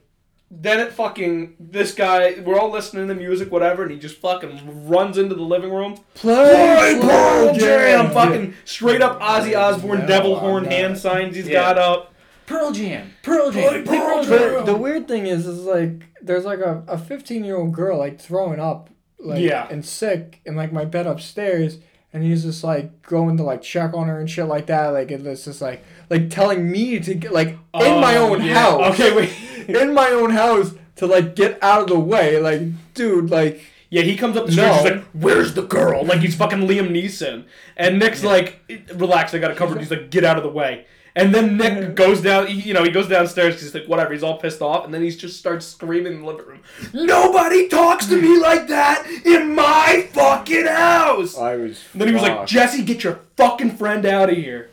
then it fucking this guy. We're all listening to music, whatever, and he just fucking runs into the living room.
play
Hey, Pearl Jam!
Yeah.
Fucking straight up Ozzy Osbourne
No,
devil
I'm
horn
not.
hand signs he's
Yeah.
got up.
pearl jam pearl jam
Play
play
Pearl
pearl
Jam.
jam
But the weird thing is, is like there's like a a 15 year old girl like throwing up, like
Yeah.
and sick in like my bed upstairs, and he's just like going to like check on her and shit like that. Like and it's just like like telling me to get like in my
Um,
Oh,
own
yeah.
house,
Okay, wait.
in my own house to like get out of the way. Like dude, like
yeah, he comes up the street.
No.
He's like, "Where's the girl?" Like he's fucking Liam Neeson. And Nick's like, "Relax, I got it covered." He's like, "Get out of the way." And then Nick goes down. he- You know, he goes downstairs. 'cause He's like, "Whatever." He's all pissed off, and then he just starts screaming in the living room. Nobody talks to me like that in my fucking house.
I was.
And then he was like, Jesse, get your fucking friend out of here.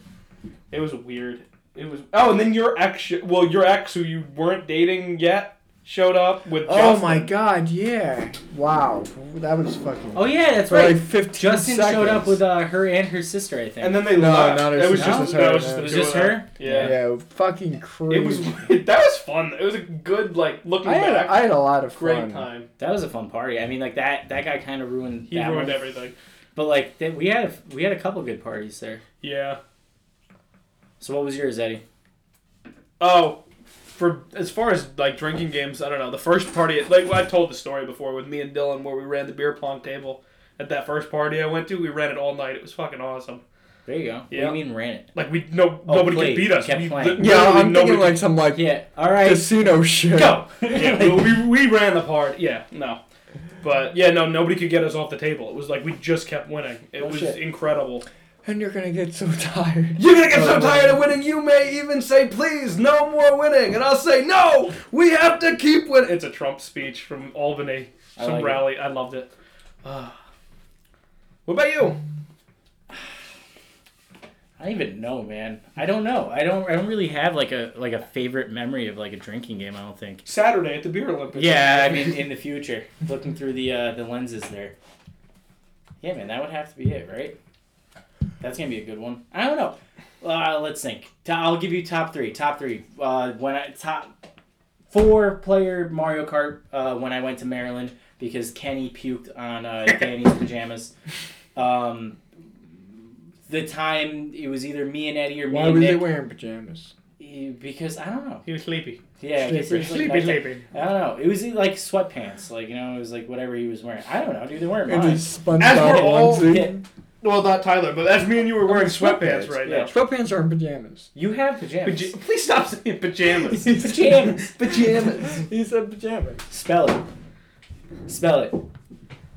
It was weird. It was. Oh, and then your ex, sh- well, your ex who you weren't dating yet, showed up with.
Oh my
Jocelyn.
god, yeah. Wow. That was fucking.
oh yeah that's
For like
right
15
justin
seconds.
showed up with uh, her and her sister i think
And then they
No,
left.
no,
No,
there's-
it was
no,
just.
there's
No,
her,
it was just,
no.
the
It's
two
just
of them.
her?
Yeah.
Yeah, fucking crazy.
It was. That was fun. It was a good like looking
I had,
back.
I had a lot of
great
fun.
time.
that was a fun party i mean like that that guy kind of ruined
He
that
ruined
one.
everything.
But like th- we had a, we had a couple good parties there.
Yeah.
So what was yours, Eddie?
Oh, for as far as like drinking games, I don't know. The first party, like I've told the story before with me and Dylan, where we ran the beer pong table at that first party I went to. We ran it all night. It was fucking awesome.
There you go.
Yeah.
What do you mean ran it?
Like we no
Oh,
nobody
played.
could beat us.
Kept
We,
playing.
li-
Yeah,
literally
I'm thinking
nobody
like some like
Yeah. All right.
casino shit.
go. Yeah, well, we, we ran the part. Yeah, no. But yeah, no, nobody could get us off the table. It was like we just kept winning. It
No
was
shit.
incredible. Uh,
And you're gonna get so tired.
You're gonna get
so tired of
winning. You may even say, "Please, no more winning," and I'll say, "No, we have to keep winning." It's a Trump speech from Albany,
I
some
like it.
rally. I loved it. Ah. what about you?
I don't even know, man. I don't know. I don't. I don't really have like a like a favorite memory of like a drinking game. I don't think.
Saturday at the Beer Olympics.
Yeah, I mean, in the future, looking through the uh, the lenses there. Yeah, man, that would have to be it, right? That's gonna be a good one. I don't know. Uh, let's think. To- I'll give you top three. Top three. Uh, when I top four player Mario Kart. Uh, when I went to Maryland because Kenny puked on uh, Danny's pajamas. Um, the time it was either me and Eddie or me
Why
and
was they
Nick.
wearing pajamas?
eh, Because I don't know.
he was sleepy.
Yeah, I guess it was like
Sleepy,
nighttime.
sleepy.
I don't know. It was like sweatpants, like you know, it was like whatever he was wearing. I don't know, dude. They weren't
And
mine.
these SpongeBob
As we're all
onesie.
Yeah.
Well, not Tyler, but that's me and you were wearing
sweatpants,
sweatpants right
yeah.
now.
Sweatpants aren't pajamas.
You have pajamas.
Paj- Please stop saying pajamas.
pajamas.
Pajamas. he said pajamas.
Spell it. Spell it.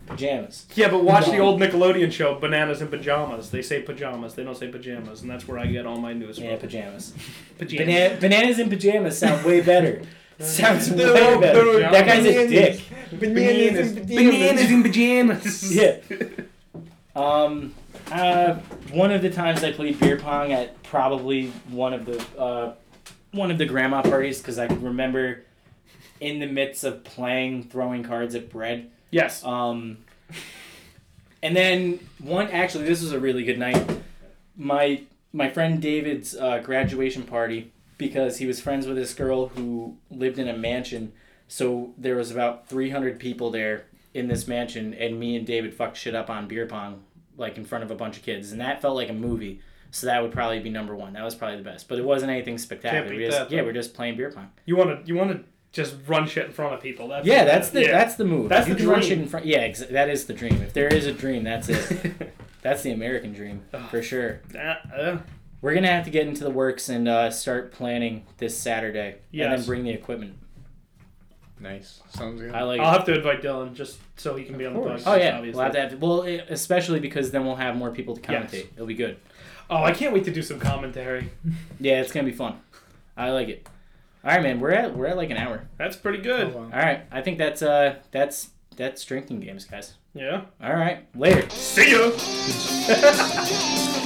Pajamas.
Yeah, but watch the old Nickelodeon show, Bananas and Pajamas. They say pajamas, they don't say pajamas, and that's where I get all my news from.
Yeah, pajamas.
pajamas.
Bana- bananas and pajamas sound way better. Sounds way
No, no,
better.
no,
that guy's a
bananas.
dick.
Bananas.
Bananas and pajamas.
Yeah. Um, uh, one of the times I played beer pong at probably one of the uh, one of the grandma parties because I remember in the midst of playing throwing cards at bread
Yes.
Um, and then one actually, this was a really good night. My my friend David's uh, graduation party because he was friends with this girl who lived in a mansion. So there was about three hundred people there in this mansion, and me and David fucked shit up on beer pong, like in front of a bunch of kids, and that felt like a movie. So that would probably be number one. That was probably the best, but it wasn't anything spectacular.
beat
We just-
that, though.
yeah, we're just playing beer pong.
You wanna you wanna just run shit in front of people. That's
Yeah, that's the
Yeah.
that's the move.
That's
you
the
can run
dream.
shit in front. Yeah, ex- that is the dream. If there is a dream, that's it. That's the American dream for sure.
Uh, uh,
We're gonna have to get into the works and uh, start planning this Saturday, and
Yes.
then bring the equipment.
Nice. Sounds good.
I like.
I'll have to invite Dylan just so he can be on the
course.
podcast.
oh yeah,
obviously.
we'll have to have. Well, it, especially because then we'll have more people to
Yes.
commentate. It'll be good.
Oh, I can't wait to do some commentary.
Yeah, it's gonna be fun. I like it. All right, man. We're at we're at like an hour.
That's pretty
Oh,
good.
wow.
All right, I think that's uh that's that's drinking games, guys.
Yeah.
All right, later.
See ya.